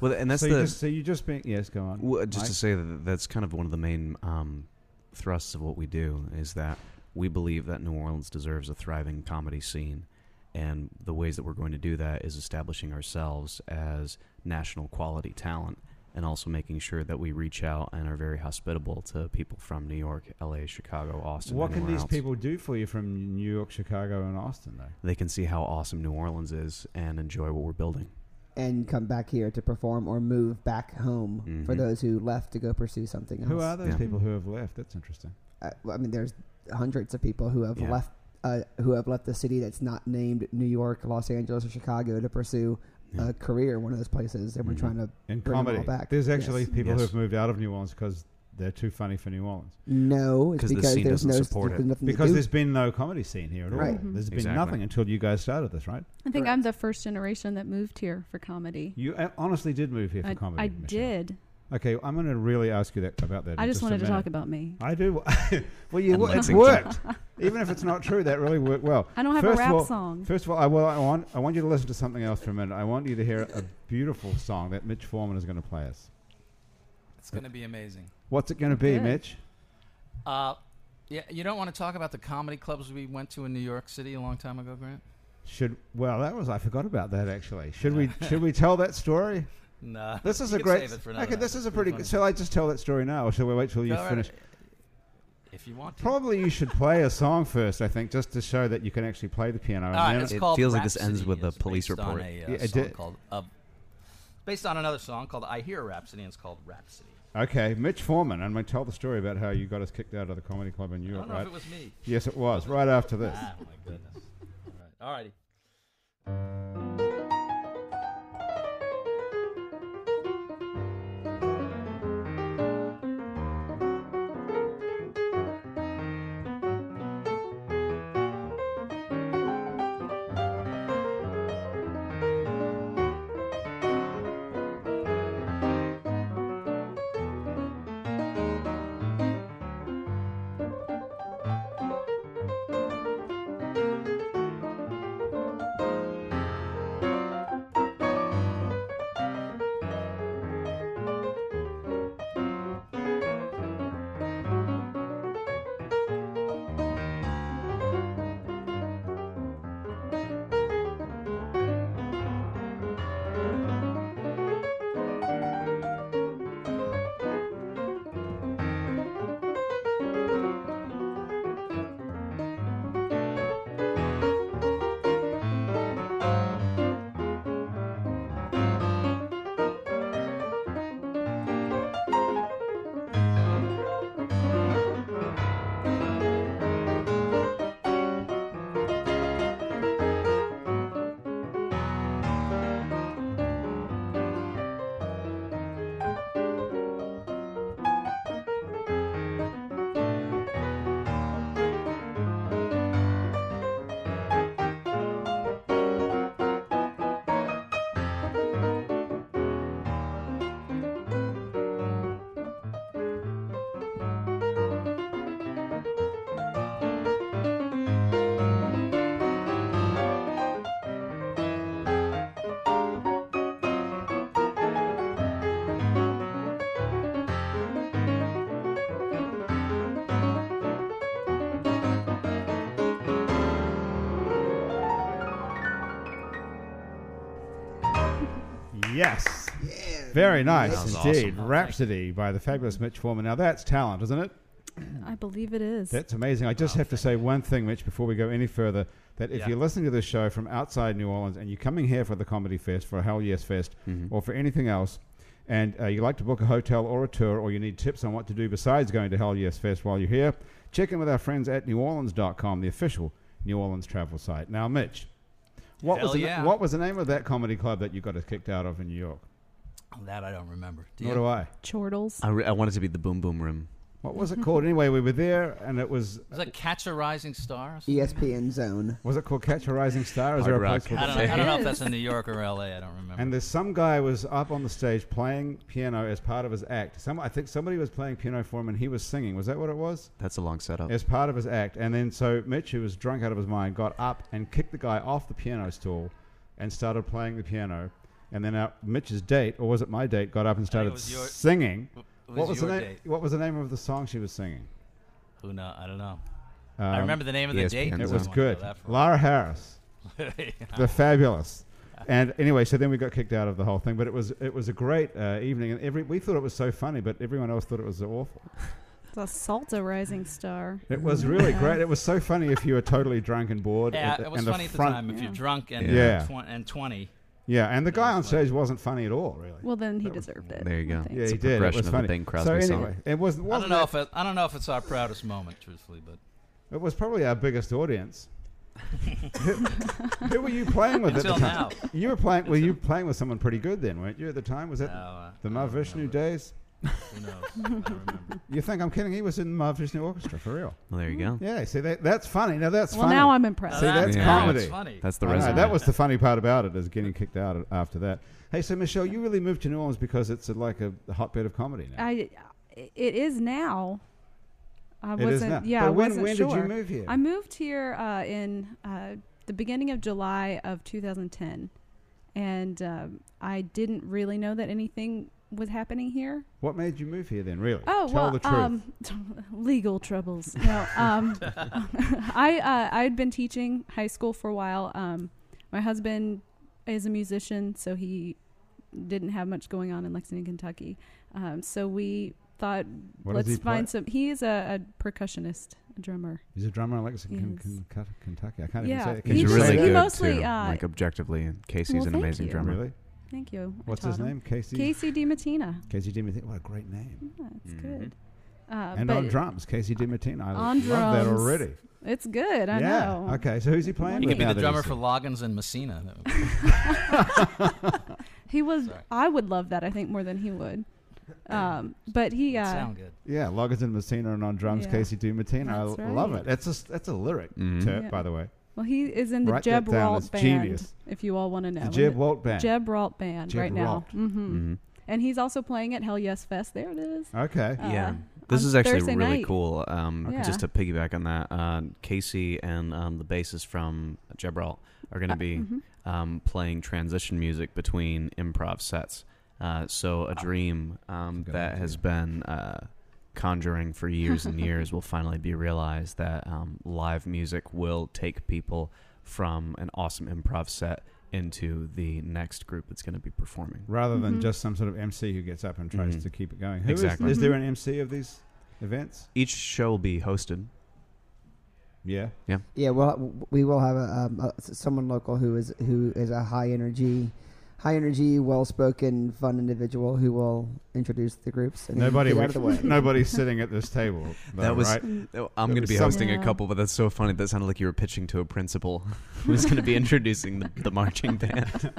Speaker 4: Well, and that's
Speaker 1: so
Speaker 4: the
Speaker 1: you just so you just being yes, go on.
Speaker 4: Well, uh, just
Speaker 1: Mike.
Speaker 4: to say that that's kind of one of the main um, thrusts of what we do is that we believe that New Orleans deserves a thriving comedy scene, and the ways that we're going to do that is establishing ourselves as national quality talent, and also making sure that we reach out and are very hospitable to people from New York, L.A., Chicago, Austin.
Speaker 1: what can
Speaker 4: anywhere
Speaker 1: these
Speaker 4: else.
Speaker 1: people do for you from New York, Chicago, and Austin though?
Speaker 4: They can see how awesome New Orleans is and enjoy what we're building.
Speaker 2: And come back here to perform or move back home for
Speaker 4: Mhm.
Speaker 2: those who left to go pursue something else.
Speaker 1: Who are those
Speaker 4: Yeah.
Speaker 1: people who have left? That's interesting.
Speaker 2: Uh, well, I mean, there's hundreds of people who have
Speaker 4: Yeah.
Speaker 2: left. Uh, who have left the city that's not named New York, Los Angeles, or Chicago to pursue
Speaker 4: Yeah.
Speaker 2: a career in one of those places, and we're
Speaker 4: Mhm.
Speaker 2: trying to
Speaker 1: In
Speaker 2: bring them all
Speaker 1: comedy,
Speaker 2: back.
Speaker 1: there's actually
Speaker 2: Yes.
Speaker 1: people who
Speaker 4: Yes.
Speaker 1: have moved out of New Orleans because they're too funny for New Orleans.
Speaker 2: no, it's
Speaker 4: 'Cause the
Speaker 2: because
Speaker 4: scene
Speaker 2: there's
Speaker 4: doesn't
Speaker 2: no
Speaker 4: support
Speaker 2: there's
Speaker 4: it.
Speaker 2: nothing to
Speaker 1: Because
Speaker 2: do.
Speaker 1: there's been no comedy scene here at all.
Speaker 3: Mm-hmm.
Speaker 2: Right.
Speaker 1: There's been
Speaker 4: Exactly.
Speaker 1: nothing until you guys started this, right?
Speaker 3: I think
Speaker 2: Correct.
Speaker 3: I'm the first generation that moved here for comedy.
Speaker 1: You uh, honestly did move here for
Speaker 3: I,
Speaker 1: comedy.
Speaker 3: I
Speaker 1: Michelle.
Speaker 3: did.
Speaker 1: Okay, I'm going to really ask you that about that.
Speaker 3: I
Speaker 1: in
Speaker 3: just
Speaker 1: a
Speaker 3: wanted to
Speaker 1: minute.
Speaker 3: talk about me.
Speaker 1: I do. well, you,
Speaker 4: And
Speaker 1: wo- it's
Speaker 4: Lexington.
Speaker 1: worked. Even if it's not true, that really worked well.
Speaker 3: I don't have a
Speaker 1: First of
Speaker 3: rap
Speaker 1: all-
Speaker 3: song.
Speaker 1: First of all, I, well, I want I want you to listen to something else for a minute. I want you to hear a beautiful song that Mitch Foreman is going to play us.
Speaker 5: It's going to be amazing.
Speaker 1: What's it going to be,
Speaker 3: Good.
Speaker 1: Mitch?
Speaker 5: Uh, yeah, you don't want to talk about the comedy clubs we went to in New York City a long time ago, Grant?
Speaker 1: Should well, that was I forgot about that actually. Should we should we tell that story?
Speaker 5: No.
Speaker 1: This is
Speaker 5: You
Speaker 1: a
Speaker 5: can
Speaker 1: great.
Speaker 5: save it for another
Speaker 1: Okay,
Speaker 5: night.
Speaker 1: this is a
Speaker 5: It's
Speaker 1: pretty.
Speaker 5: funny.
Speaker 1: good. Shall I just tell that story now, or shall we wait till you
Speaker 5: All right.
Speaker 1: finish?
Speaker 5: If you want to.
Speaker 1: Probably you should play a song first, I think, just to show that you can actually play the piano.
Speaker 5: All
Speaker 1: and
Speaker 5: right,
Speaker 1: then-
Speaker 5: it's
Speaker 4: It
Speaker 5: called
Speaker 4: feels like this ends
Speaker 5: Rhapsody.
Speaker 4: with a
Speaker 5: It's
Speaker 4: police
Speaker 5: based on
Speaker 4: report.
Speaker 5: a, uh,
Speaker 1: Yeah, it
Speaker 5: song
Speaker 1: did.
Speaker 5: called, uh, based on another song called I Hear Rhapsody, and it's called Rhapsody.
Speaker 1: okay, Mitch Foreman, I'm going to tell the story about how you got us kicked out of the comedy club in New
Speaker 5: I
Speaker 1: York,
Speaker 5: don't know
Speaker 1: right?
Speaker 5: if it was me.
Speaker 1: yes, it was, right after this.
Speaker 5: Ah, my goodness. All right. All righty.
Speaker 1: Yes.
Speaker 2: Yeah.
Speaker 1: Very nice
Speaker 4: That was
Speaker 1: indeed.
Speaker 4: awesome.
Speaker 1: Rhapsody by the fabulous Mitch Foreman. Now that's talent, isn't it?
Speaker 3: I believe it is.
Speaker 1: That's amazing. I just have to say one thing, Mitch, before we go any further. That if
Speaker 5: Oh, Yeah.
Speaker 1: you're listening to this show from outside New Orleans and you're coming here for the Comedy Fest, for a Hell Yes Fest, or for anything else, and uh, you like to book a hotel or a tour, or you need tips on what to do besides going to Hell Yes Fest while you're here, check in with our friends at neworleans.com, the official New Orleans travel site. Now, Mitch, what,
Speaker 5: Hell
Speaker 1: was the,
Speaker 5: yeah.
Speaker 1: what was the name of that comedy club that you got us kicked out of in New York?
Speaker 5: That I don't remember. Do
Speaker 1: Nor
Speaker 5: you?
Speaker 1: do I.
Speaker 3: Chortles.
Speaker 4: I, re- I wanted to be the Boom Boom Room.
Speaker 1: What was it called? Anyway, we were there, and it was
Speaker 5: Is that Catch a Rising Star? or something?
Speaker 2: E ESPN Zone.
Speaker 1: was it called Catch a Rising Star? Is
Speaker 4: Hard
Speaker 1: there a
Speaker 4: Rock.
Speaker 1: place called that?
Speaker 5: I don't, know, I don't know if
Speaker 3: Yes.
Speaker 5: that's in New York or L.A. I don't remember.
Speaker 1: And there's some guy was up on the stage playing piano as part of his act. Some I think somebody was playing piano for him and he was singing. Was that what it was?
Speaker 4: That's a long setup.
Speaker 1: As part of his act. And then so Mitch, who was drunk out of his mind, got up and kicked the guy off the piano stool and started playing the piano. And then our, Mitch's date, or was it my date, got up and started
Speaker 5: was your-
Speaker 1: singing.
Speaker 5: it was
Speaker 1: what was the
Speaker 5: your
Speaker 1: name?
Speaker 5: date.
Speaker 1: What was the name of the song she was singing?
Speaker 5: Who know? I don't know. I
Speaker 1: Um,
Speaker 5: remember the name of the
Speaker 4: ESPN.
Speaker 5: date.
Speaker 4: It
Speaker 1: It
Speaker 4: Enzo.
Speaker 1: was
Speaker 4: I
Speaker 1: good. Lara Harris. the fabulous. And anyway, so then we got kicked out of the whole thing, but it was it was a great uh, evening, and every we thought it was so funny, but everyone else thought it was awful.
Speaker 3: It's a Salta Rising Star.
Speaker 1: It was really great. It was so funny if you were totally drunk and bored.
Speaker 5: yeah,
Speaker 1: and,
Speaker 5: it was
Speaker 1: and the
Speaker 5: funny at the
Speaker 1: front-
Speaker 5: time. If you're drunk and
Speaker 1: Yeah.
Speaker 5: twen- and twenty,
Speaker 1: Yeah, and the guy on
Speaker 5: was funny.
Speaker 1: stage wasn't funny at all, really.
Speaker 3: Well, then he deserved it.
Speaker 4: There you
Speaker 3: I
Speaker 4: go.
Speaker 3: think.
Speaker 1: yeah,
Speaker 4: it's
Speaker 1: he
Speaker 4: a
Speaker 1: did. It
Speaker 4: progression
Speaker 1: was
Speaker 4: of the
Speaker 1: funny.
Speaker 4: Bing
Speaker 1: so
Speaker 4: Crosby song.
Speaker 1: anyway, it was
Speaker 5: I
Speaker 1: wasn't
Speaker 5: don't know
Speaker 1: that-
Speaker 5: if it, I don't know if it's our proudest moment, truthfully, but
Speaker 1: it was probably our biggest audience. who, who were you playing with at
Speaker 5: Until
Speaker 1: the time?
Speaker 5: now.
Speaker 1: You were playing. Were you playing with someone pretty good then, weren't you? At the time, was that
Speaker 5: No, I-
Speaker 1: the
Speaker 5: Uh, I
Speaker 1: Ma
Speaker 5: don't
Speaker 1: Vishnu
Speaker 5: remember.
Speaker 1: days?
Speaker 5: who knows? I don't remember.
Speaker 1: You think I'm kidding? He was in the Ma Vishnu Orchestra for real.
Speaker 4: Well, there you go.
Speaker 1: Yeah, see that that's funny. Now that's
Speaker 3: Well,
Speaker 1: funny.
Speaker 3: now I'm
Speaker 5: Now
Speaker 3: impressed.
Speaker 1: See, that's
Speaker 4: Yeah.
Speaker 1: comedy.
Speaker 5: That's funny.
Speaker 4: That's the
Speaker 1: I know,
Speaker 4: resume.
Speaker 1: that was the funny part about it is getting kicked out after that. Hey, so Michelle, you really moved to New Orleans because it's a, like a hotbed of comedy now.
Speaker 3: I, it is now. I
Speaker 1: It is
Speaker 3: wasn't.
Speaker 1: now.
Speaker 3: Yeah,
Speaker 1: But
Speaker 3: I
Speaker 1: when-
Speaker 3: wasn't
Speaker 1: when did you
Speaker 3: sure.
Speaker 1: move here?
Speaker 3: I moved here uh, in uh, the beginning of July of 2010, and um, I didn't really know that anything was happening here.
Speaker 1: what made you move here then? Really?
Speaker 3: Oh
Speaker 1: Tell
Speaker 3: well,
Speaker 1: the truth.
Speaker 3: um, legal troubles. No, um, I uh, I had been teaching high school for a while. Um, my husband is a musician, so he didn't have much going on in Lexington, Kentucky. Um, so we thought
Speaker 1: What does
Speaker 3: let's
Speaker 1: he play?
Speaker 3: find some. He is a, a percussionist, a drummer.
Speaker 1: He's a drummer in Lexington,
Speaker 3: Yes.
Speaker 1: Ken- Ken- Kentucky. I can't
Speaker 3: Yeah.
Speaker 1: even say it.
Speaker 3: He's
Speaker 1: Can you
Speaker 4: He's
Speaker 1: say
Speaker 4: really
Speaker 1: that?
Speaker 3: he
Speaker 4: good
Speaker 3: mostly,
Speaker 4: too.
Speaker 3: uh,
Speaker 4: like objectively, Casey's
Speaker 3: well,
Speaker 4: an
Speaker 3: thank
Speaker 4: amazing
Speaker 3: you.
Speaker 4: drummer.
Speaker 1: Really?
Speaker 3: Thank you. I
Speaker 1: What's his
Speaker 3: taught him.
Speaker 1: name? Casey.
Speaker 3: Casey DiMattina.
Speaker 1: Casey DiMartino. What a great name.
Speaker 3: Yeah, it's
Speaker 4: Mhm.
Speaker 3: good. Uh,
Speaker 1: Mm-hmm. and
Speaker 3: but
Speaker 1: on drums, Casey DiMartino. I
Speaker 3: On
Speaker 1: love that
Speaker 3: drums.
Speaker 1: already.
Speaker 3: It's good. I
Speaker 1: yeah.
Speaker 3: know.
Speaker 1: Okay. So who's he playing
Speaker 5: He
Speaker 1: with
Speaker 5: could be
Speaker 1: now
Speaker 5: the
Speaker 1: that
Speaker 5: drummer
Speaker 1: he's-
Speaker 5: for Loggins and Messina. That would be-
Speaker 3: He was.
Speaker 5: Sorry.
Speaker 3: I would love that. I think more than he would. Um, but he.
Speaker 5: that'd
Speaker 3: Uh,
Speaker 5: Sound good.
Speaker 1: Yeah, Loggins and Messina and on drums,
Speaker 3: Yeah.
Speaker 1: Casey DiMartino. I
Speaker 3: That's
Speaker 1: l- love
Speaker 3: right.
Speaker 1: it. That's a, that's a lyric,
Speaker 5: Mm-hmm.
Speaker 4: Mhm.
Speaker 1: Turt,
Speaker 3: Yeah.
Speaker 1: by the way.
Speaker 3: well, he is in the
Speaker 1: Write that
Speaker 3: Jeb
Speaker 1: down.
Speaker 3: Walt
Speaker 1: That's
Speaker 3: band.
Speaker 1: genius.
Speaker 3: If you all want to know.
Speaker 1: The
Speaker 3: And
Speaker 1: Jeb Walt Band.
Speaker 3: Jeb Walt band
Speaker 1: Jeb Mm.
Speaker 3: right now.
Speaker 1: Walt.
Speaker 3: hmm
Speaker 4: Mhm.
Speaker 3: And he's also playing at Hell Yes Fest. There it is.
Speaker 1: Okay.
Speaker 3: Uh,
Speaker 4: yeah,
Speaker 3: on
Speaker 4: this is actually
Speaker 3: Thursday
Speaker 4: really
Speaker 3: night.
Speaker 4: cool. Um,
Speaker 3: Okay.
Speaker 4: Just to piggyback on that, uh, Casey and um, the bassist from Jebralt are
Speaker 3: Uh,
Speaker 4: going to be
Speaker 3: mm-hmm.
Speaker 4: um, playing transition music between improv sets. Uh,
Speaker 3: Ah,
Speaker 4: so a dream um,
Speaker 1: That's a good
Speaker 4: that has been uh, conjuring for years and years will finally be realized that um, live music will take people from an awesome improv set into the next group that's going to be performing.
Speaker 1: rather than
Speaker 3: Mhm.
Speaker 1: just some sort of MC who gets up and tries
Speaker 5: Mm-hmm.
Speaker 4: Mhm.
Speaker 1: to keep it going. Who is-
Speaker 4: Exactly.
Speaker 1: is there
Speaker 3: Mm-hmm.
Speaker 1: an MC of these events?
Speaker 4: Each show will be hosted.
Speaker 1: Yeah.
Speaker 2: Yeah, well, we will have a, um, a someone local who is who is a high energy, high energy, well spoken, fun individual who will introduce the groups. And then
Speaker 1: Nobody.
Speaker 2: get out of the way.
Speaker 1: Nobody's sitting at this table. Though,
Speaker 4: That was-
Speaker 1: right?
Speaker 4: Oh, I'm
Speaker 1: That
Speaker 4: going to
Speaker 1: was
Speaker 4: be
Speaker 1: some-
Speaker 4: hosting
Speaker 3: Yeah.
Speaker 4: a couple, but that's so funny. That sounded like you were pitching to a principal who's going to be introducing the, the marching band.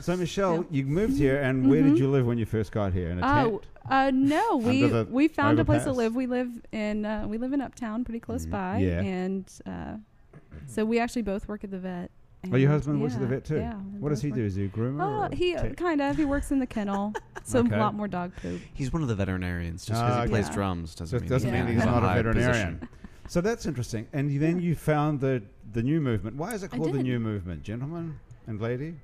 Speaker 1: So Michelle,
Speaker 3: Yeah.
Speaker 1: you moved here, and where did
Speaker 3: Mhm.
Speaker 1: you live when you first got here? In a
Speaker 3: Oh,
Speaker 1: tent.
Speaker 3: uh, no. We
Speaker 1: Under the
Speaker 3: we found a place to
Speaker 1: overpass. Mm,
Speaker 3: live. We live in uh, we live in Uptown, pretty close
Speaker 4: Mhm.
Speaker 3: by,
Speaker 1: Yeah.
Speaker 3: and uh, so we actually both work at the vet.
Speaker 1: Oh, your
Speaker 3: and-
Speaker 1: husband works at the
Speaker 3: yeah,
Speaker 1: vet too.
Speaker 3: Yeah. we
Speaker 1: what does
Speaker 3: both
Speaker 1: he
Speaker 3: work-
Speaker 1: do? Is he a groomer?
Speaker 3: Oh,
Speaker 1: or
Speaker 3: he uh,
Speaker 1: tech?
Speaker 3: kind of. He works in the kennel, so
Speaker 1: Okay.
Speaker 3: a lot more dog poop.
Speaker 4: He's one of the veterinarians. Just because
Speaker 1: Ah,
Speaker 4: he plays
Speaker 3: okay.
Speaker 4: drums doesn't
Speaker 1: Just
Speaker 4: mean,
Speaker 1: doesn't
Speaker 3: mean
Speaker 4: can't
Speaker 3: he's
Speaker 4: have
Speaker 1: not a
Speaker 4: high
Speaker 1: veterinarian.
Speaker 4: position.
Speaker 1: so that's interesting. And you- then you found the the new movement. Why is it
Speaker 3: I
Speaker 1: called the
Speaker 3: did.
Speaker 1: new movement, gentlemen and lady?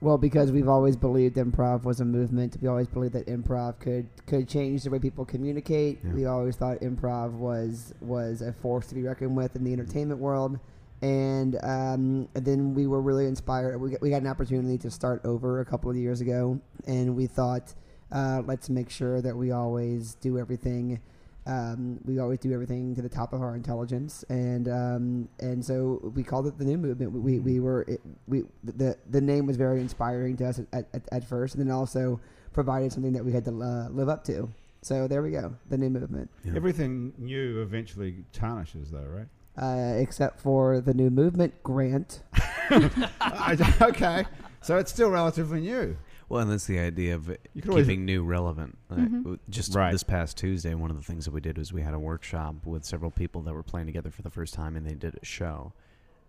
Speaker 2: Well, because we've always believed improv was a movement. We always believed that improv could could change the way people communicate.
Speaker 4: Yeah.
Speaker 2: We always thought improv was was a force to be reckoned with in the entertainment world, and, um, and then we were really inspired. We got, we got an opportunity to start over a couple of years ago, and we thought, uh, let's make sure that we always do everything. Um, we always do everything to the top of our intelligence, and um, and so we called it the new movement. We, we were it, we the the name was very inspiring to us at, at, at first, and then also provided something that we had to uh, live up to. So there we go, the new movement.
Speaker 4: Yeah.
Speaker 1: Everything new eventually tarnishes, though, right?
Speaker 2: Uh, except for the new movement grant.
Speaker 1: I- okay, so it's still relatively new.
Speaker 4: Well, and that's the idea of it
Speaker 1: You
Speaker 4: keeping
Speaker 1: could always-
Speaker 4: new relevant. Like,
Speaker 3: Mhm.
Speaker 4: w- Just
Speaker 1: Right.
Speaker 4: this past Tuesday, one of the things that we did was we had a workshop with several people that were playing together for the first time, and they did a show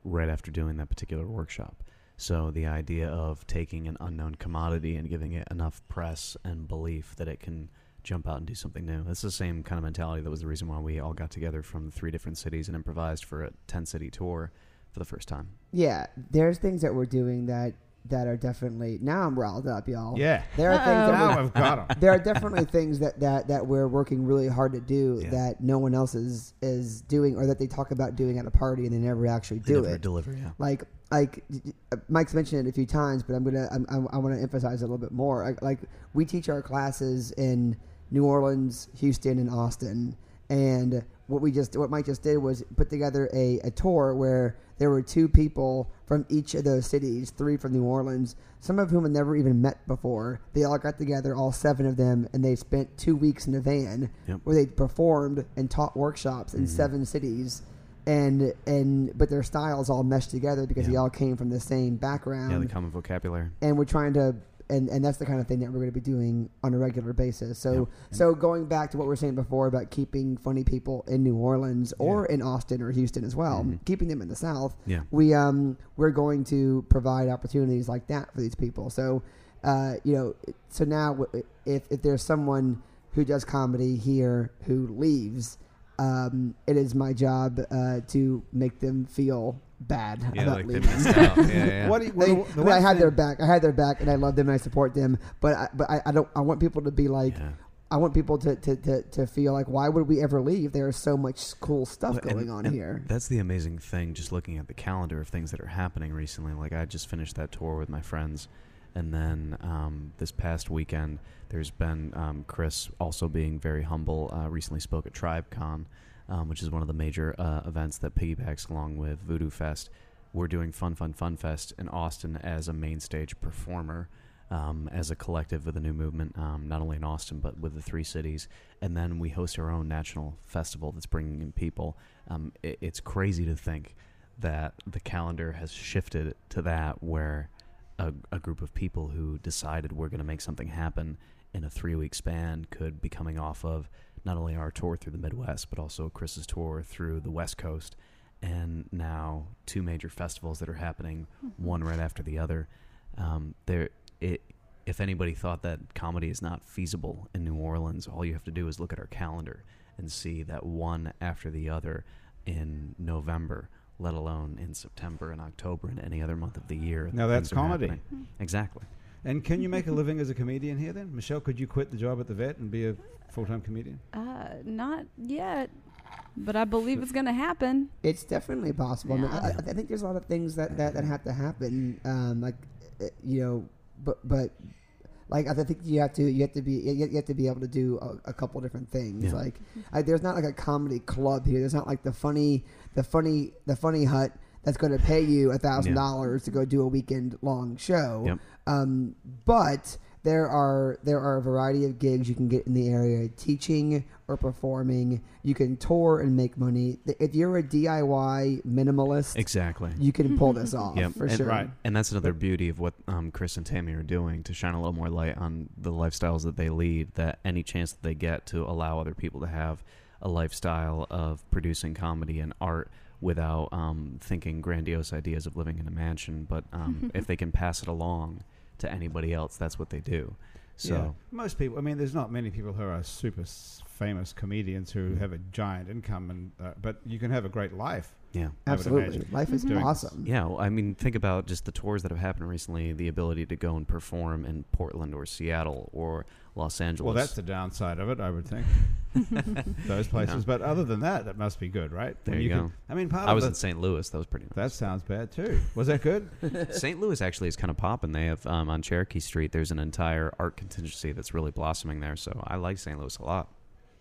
Speaker 4: right after doing that particular workshop. So the idea of taking an unknown commodity and giving it enough press and belief that it can jump out and do something new. That's the same kind of mentality that was the reason why we all got together from three different cities and improvised for a 10 city tour for the first time.
Speaker 2: Yeah, there's things that we're doing that that are definitely now I'm riled up,
Speaker 4: Oh.
Speaker 2: y'all.
Speaker 1: Yeah.
Speaker 2: There are things that
Speaker 3: Uh-oh.
Speaker 2: we're-
Speaker 1: Now I've got 'em.
Speaker 2: there are definitely things that, that, that we're working really hard to do
Speaker 4: Yeah.
Speaker 2: that no one else is, is doing or that they talk about doing at a party and they never actually do
Speaker 4: Never
Speaker 2: it.
Speaker 4: Deliver, yeah.
Speaker 2: like like uh, Mike's mentioned it a few times, but I'm gonna I'm, I'm, I want to emphasize it a little bit more. I, like we teach our classes in New Orleans, Houston, and Austin, and what we just what Mike just did was put together a, a tour where there were two people from each of those cities, three from New Orleans, some of whom had never even met before. They all got together, all seven of them, and they spent two weeks in a van
Speaker 4: Yep. Mm-hmm.
Speaker 2: where they performed and taught workshops in seven cities and and but their styles all meshed together because they
Speaker 4: Yeah.
Speaker 2: all came from the same background
Speaker 4: yeah,
Speaker 1: um,
Speaker 4: the common vocabulary.
Speaker 2: and we're trying to and, and that's the kind of thing that we're going to be doing on a regular basis. So so going back to what we are saying before about keeping funny people in New Orleans or in Austin or Houston as well, keeping them in the South.
Speaker 4: Mm-hmm. Yeah.
Speaker 2: We um we're going to provide opportunities like that for these people. So uh you know so now w- if if there's someone who does comedy here who leaves um, it is my job uh, to make them feel bad
Speaker 4: Yeah,
Speaker 2: about
Speaker 4: like they
Speaker 2: leaving.
Speaker 4: missed out. Yeah, yeah.
Speaker 1: What do you, what
Speaker 2: They,
Speaker 1: do- the
Speaker 2: I, mean,
Speaker 1: one
Speaker 2: I had
Speaker 1: thing-
Speaker 2: their back. I had their back, and I love them and I support them. But I, but I, I don't. I want people to be like.
Speaker 4: Yeah.
Speaker 2: I want people to, to, to, to feel like, why would we ever leave? There is so much cool stuff
Speaker 4: Well, and-
Speaker 2: going on
Speaker 4: and
Speaker 2: here.
Speaker 4: That's the amazing thing, just looking at the calendar of things that are happening recently. Like, I just finished that tour with my friends. And then um, this past weekend, there's been um, Chris also being very humble, uh, recently spoke at TribeCon, um, which is one of the major uh, events that piggybacks along with Voodoo Fest. We're doing Fun Fun Fun Fest in Austin as a main stage performer, um, as a collective with a new movement, um, not only in Austin, but with the three cities. And then we host our own national festival that's bringing in people um, it, it's crazy to think that the calendar has shifted to that where a, a group of people who decided we're going to make something happen in a three week span could be coming off of not only our tour through the Midwest, but also Chris's tour through the West Coast, and now two major festivals that are happening, one right after the other. Um, there, it, if anybody thought that comedy is not feasible in New Orleans, all you have to do is look at our calendar and see that one after the other in November, let alone in September and October and any other month of the year.
Speaker 1: Now
Speaker 4: that
Speaker 1: that's
Speaker 4: things are
Speaker 1: comedy.
Speaker 4: happening. Exactly.
Speaker 1: And can you make a living as a comedian here then? Michelle, could you quit the job at the vet and be a full time comedian?
Speaker 3: Uh, not yet, but I believe it's gonna happen.
Speaker 2: It's definitely possible. I, mean,
Speaker 3: Yeah.
Speaker 2: I, I think there's a lot of things that, that,
Speaker 4: Mm-hmm.
Speaker 2: that have to happen. Um, like, uh, you know, but but like I think you have to you have to be you you have to be able to do a, a couple different things.
Speaker 4: Yeah.
Speaker 2: Like, I, there's not like a comedy club here. There's not like the funny the funny the funny hut that's going to pay you a thousand dollars to go do a weekend long show.
Speaker 4: Yep.
Speaker 2: Um, but there are there are a variety of gigs you can get in the area, teaching or performing. You can tour and make money. If you're a DIY minimalist,
Speaker 4: Exactly.
Speaker 2: you can pull this off
Speaker 4: Yep.
Speaker 2: for
Speaker 4: and,
Speaker 2: sure.
Speaker 1: right.
Speaker 4: And that's another beauty of what um, Chris and Tammy are doing to shine a little more light on the lifestyles that they lead, that any chance that they get to allow other people to have a lifestyle of producing comedy and art without um, thinking grandiose ideas of living in a mansion. But um, if they can pass it along to anybody else, that's what they do. So,
Speaker 1: Most people, I mean, there's not many people who are super s- famous comedians
Speaker 4: Mm.
Speaker 1: who have a giant income, and uh, but you can have a great life.
Speaker 4: Yeah.
Speaker 1: I would
Speaker 2: Absolutely,
Speaker 1: imagine
Speaker 2: life is
Speaker 1: doing this.
Speaker 2: awesome.
Speaker 4: Yeah, well, I mean, think about just the tours that have happened recently. The ability to go and perform in Portland or Seattle or Los Angeles.
Speaker 1: Well, that's the downside of it, I would think. Those places, but other than that, it must be good, right? When
Speaker 4: There you
Speaker 1: can-
Speaker 4: go.
Speaker 1: I mean, part
Speaker 4: I
Speaker 1: of
Speaker 4: was
Speaker 1: the-
Speaker 4: in St. Louis. That was pretty. nice.
Speaker 1: that sounds bad too. Was that good?
Speaker 4: St. Louis actually is kind of popping. They have um, on Cherokee Street. There's an entire art contingency that's really blossoming there. So I like St. Louis a lot.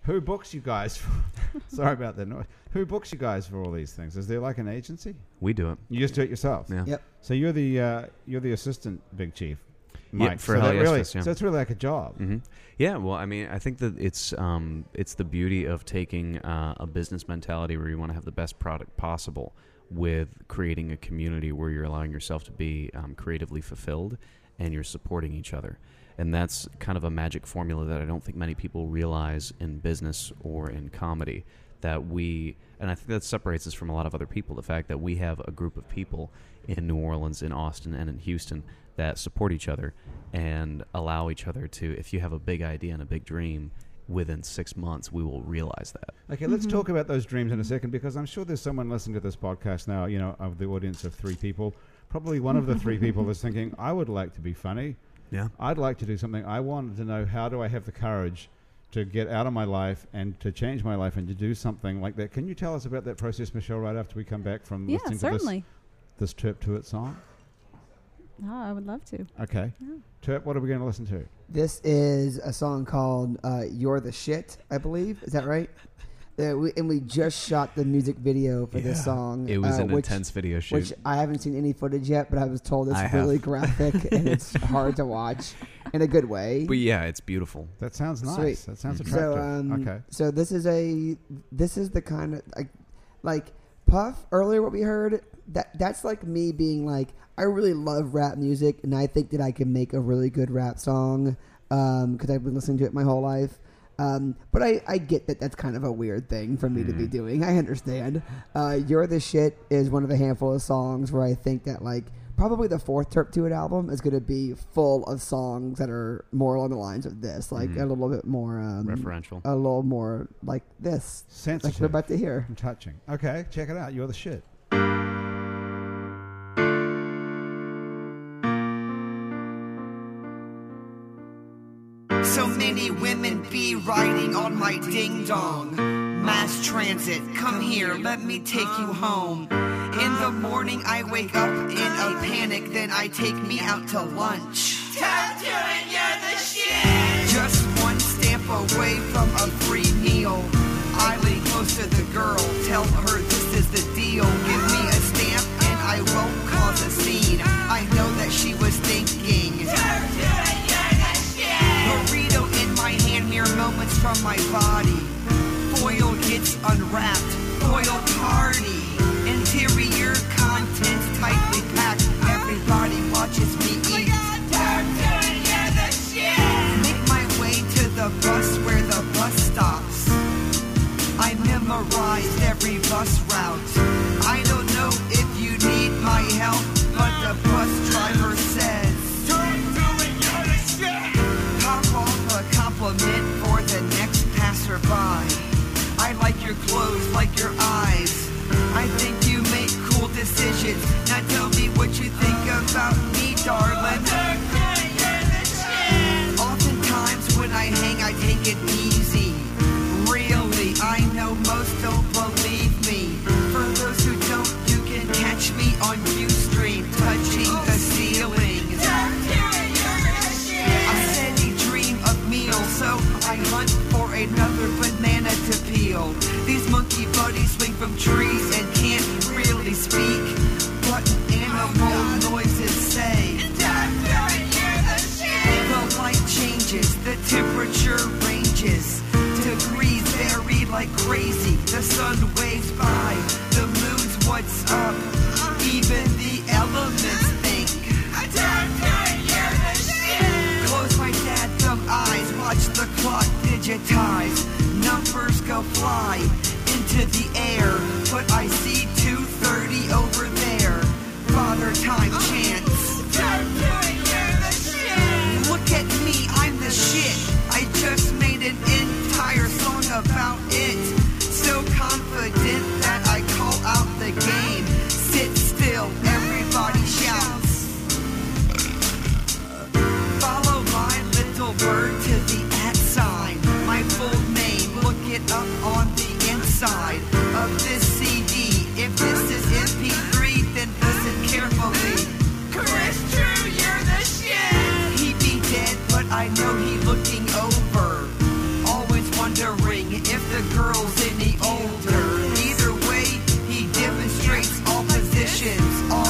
Speaker 1: Who books you guys? For, sorry about that noise. Who books you guys for all these things? Is there like an agency?
Speaker 4: We do it.
Speaker 1: You just do it yourself.
Speaker 4: Yeah.
Speaker 2: Yep.
Speaker 1: So you're the uh, you're the assistant big chief,
Speaker 4: Yeah,
Speaker 1: Mike.
Speaker 4: for
Speaker 1: so
Speaker 4: Hell
Speaker 1: that
Speaker 4: Yes
Speaker 1: really,
Speaker 4: Fest, yeah.
Speaker 1: so it's really like a job.
Speaker 4: hmm Yeah, well, I mean, I think that it's um, it's the beauty of taking uh, a business mentality where you want to have the best product possible with creating a community where you're allowing yourself to be um, creatively fulfilled and you're supporting each other. And that's kind of a magic formula that I don't think many people realize in business or in comedy. That we, and I think that separates us from a lot of other people, the fact that we have a group of people in New Orleans, in Austin, and in Houston that support each other and allow each other to if you have a big idea and a big dream within six months we will realize that
Speaker 1: Okay, let's
Speaker 3: Mm-hmm.
Speaker 1: talk about those dreams in a second because I'm sure there's someone listening to this podcast now, you know, of the audience of three people. Probably one of the three people is thinking, I would like to be funny.
Speaker 4: yeah
Speaker 1: I'd like to do something. I wanted to know how do I have the courage to get out of my life and to change my life and to do something like that. Can you tell us about that process, Michelle, right after we come back from
Speaker 3: Yeah,
Speaker 1: listening
Speaker 3: certainly.
Speaker 1: to this, this Turp To It song?
Speaker 3: Oh, I would love to.
Speaker 1: Okay. Turp, what are we going to listen to?
Speaker 2: This is a song called uh, "You're the Shit," I believe. Is that right? Uh, we, and we just shot the music video for this song.
Speaker 4: it was
Speaker 2: uh,
Speaker 4: an
Speaker 2: which-
Speaker 4: intense video shoot
Speaker 2: Which I haven't seen any footage yet, but I was told it's
Speaker 4: I have.
Speaker 2: really graphic and it's hard to watch in a good way.
Speaker 4: but yeah it's beautiful
Speaker 1: That sounds nice.
Speaker 2: Sweet.
Speaker 1: That sounds attractive.
Speaker 2: so um,
Speaker 1: okay.
Speaker 2: so this is a this is the kind of like like Puff earlier what we heard that that's like me being like I really love rap music and I think that I can make a really good rap song because I've been listening to it my whole life. Um, but I, I get that that's kind of a weird thing for me to be doing. I understand. Uh, You're the Shit is one of the handful of songs where I think that, like, probably the fourth Terp To It album is going to be full of songs that are more along the lines of this, like a little bit more um,
Speaker 4: referential
Speaker 2: a little more like this, like
Speaker 1: Sensitive
Speaker 2: we're about to hear.
Speaker 1: and touching. Okay, check it out. You're the shit.
Speaker 7: So many women be riding on my ding dong. Mass transit, come here, let me take you home. In the morning, I wake up in a panic, then I take me out to lunch. Time to you're the shit. Just one stamp away from a free meal. I lean close to the girl, tell her this is the deal. Give me a stamp and I won't cause a scene. I know that she was thinking. Burrito in my hand, mere moments from my body. Foil gets unwrapped, foil party. Interior contents tightly packed. Everybody watches me eat. Make my way to the bus where the bus stops. I memorized every bus route. I don't know if you need my help, but the bus driver says, Pop off a compliment for the next passerby. I like your clothes, like your eyes. I think you make cool decisions. Now tell me what you think about me, darling. Oftentimes when I hang, I take it easy. Really, I know most don't believe me. For those who don't, you can catch me on Ustream, touching the ceiling. I said he dreamed of meal, so I hunt for another banana to peel. These monkey buddies swing from trees and can't really speak. What animal noises say? The light changes, the temperature ranges. Degrees vary like crazy. The sun waves by, the moon's what's up. Even the elements think. Close my dad thumb eyes, watch the clock digitize. Numbers go fly into the air, but I see 230 over there. Father time chance. Look at me, I'm the shit. I just made an entire song Oh, oh,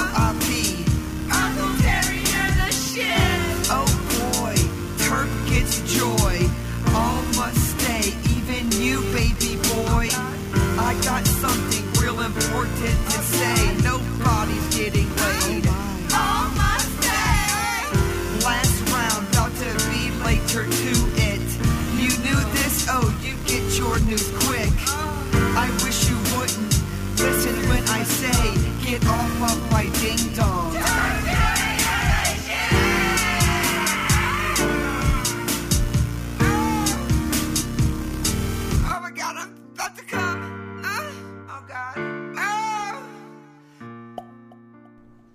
Speaker 7: get off of my ding dong. Oh my god, I'm about to come. Ah, oh god. Oh.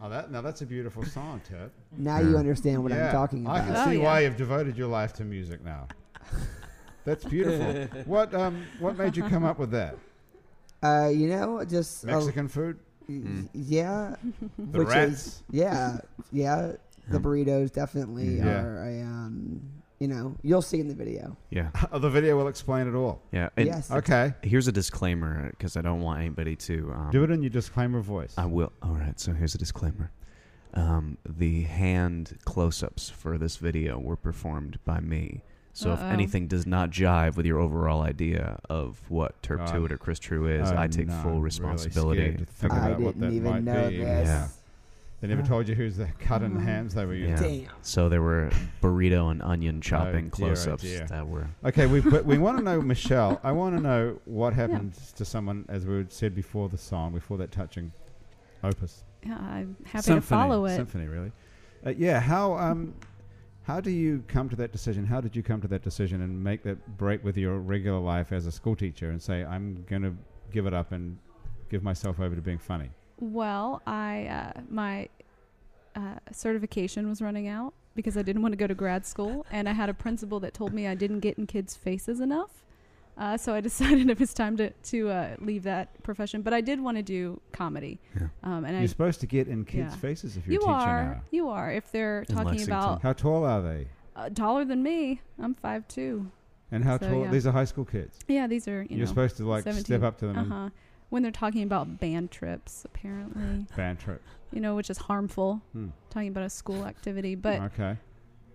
Speaker 1: Oh, that now that's a beautiful song, Ted.
Speaker 2: Now you understand what
Speaker 1: Yeah,
Speaker 2: I'm talking
Speaker 1: I can
Speaker 2: about.
Speaker 3: Oh,
Speaker 1: see
Speaker 3: yeah.
Speaker 1: why you've devoted your life to music now. That's beautiful. what um, what made you come up with that?
Speaker 2: Uh, you know, just uh,
Speaker 1: Mexican food,
Speaker 2: y- yeah,
Speaker 1: the
Speaker 2: which
Speaker 1: rats.
Speaker 2: is yeah, yeah. The burritos definitely
Speaker 1: Mm-hmm. Yeah.
Speaker 2: are a um, you know, you'll see in the video.
Speaker 4: Yeah.
Speaker 1: Oh, the video will explain it all.
Speaker 4: Yeah. And
Speaker 2: yes.
Speaker 1: Okay,
Speaker 4: Here's a disclaimer because I don't want anybody to. Um,
Speaker 1: do it in your disclaimer voice.
Speaker 4: I will. All right. So here's a disclaimer. Um, the hand close-ups for this video were performed by me. So if
Speaker 3: Uh-oh.
Speaker 4: anything does not jive with your overall idea of what Terp
Speaker 1: Oh.
Speaker 4: Tewitt or Chris True is, I
Speaker 1: I'm
Speaker 4: take
Speaker 1: not
Speaker 4: full
Speaker 1: really
Speaker 4: responsibility.
Speaker 1: scared to think
Speaker 2: I
Speaker 1: about what
Speaker 2: didn't
Speaker 1: that might
Speaker 2: even know
Speaker 1: be.
Speaker 2: this. Mm.
Speaker 4: Yeah.
Speaker 1: They never told you who's the cutting hands they were using.
Speaker 4: Yeah.
Speaker 2: Damn.
Speaker 4: So there were burrito and onion
Speaker 1: dear,
Speaker 4: chopping
Speaker 1: oh
Speaker 4: close-ups
Speaker 1: dear.
Speaker 4: that were.
Speaker 1: Okay, we but we want to know Michelle. I want to know what happened to someone, as we said before the song, before that touching opus.
Speaker 3: Yeah, I'm happy
Speaker 1: symphony,
Speaker 3: to follow it.
Speaker 1: Symphony, really. Uh, yeah. How um, how do you come to that decision? How did you come to that decision and make that break with your regular life as a school teacher and say, I'm going to give it up and give myself over to being funny?
Speaker 3: Well, I uh, my uh, certification was running out because I didn't want to go to grad school, and I had a principal that told me I didn't get in kids' faces enough. Uh, so I decided it was time to to uh, leave that profession, but I did want to do comedy,
Speaker 4: Yeah.
Speaker 3: um, and I
Speaker 1: you're supposed to get in kids'
Speaker 3: yeah.
Speaker 1: faces if you're uh,
Speaker 3: you
Speaker 1: a teacher
Speaker 3: are you are if they're
Speaker 4: In
Speaker 3: talking
Speaker 4: Lexington.
Speaker 1: now.
Speaker 3: about
Speaker 1: How tall are they?
Speaker 3: uh, taller than me, I'm five two.
Speaker 1: And how
Speaker 3: So,
Speaker 1: tall?
Speaker 3: yeah.
Speaker 1: These are high school kids.
Speaker 3: Yeah, these are
Speaker 1: You
Speaker 3: you
Speaker 1: are
Speaker 3: know
Speaker 1: supposed to like step
Speaker 3: 17.
Speaker 1: up to them
Speaker 3: Uh huh. When they're talking about band trips, apparently,
Speaker 1: and band trip.
Speaker 3: you know, which is harmful.
Speaker 1: Hmm.
Speaker 3: Talking about a school activity, but
Speaker 1: okay,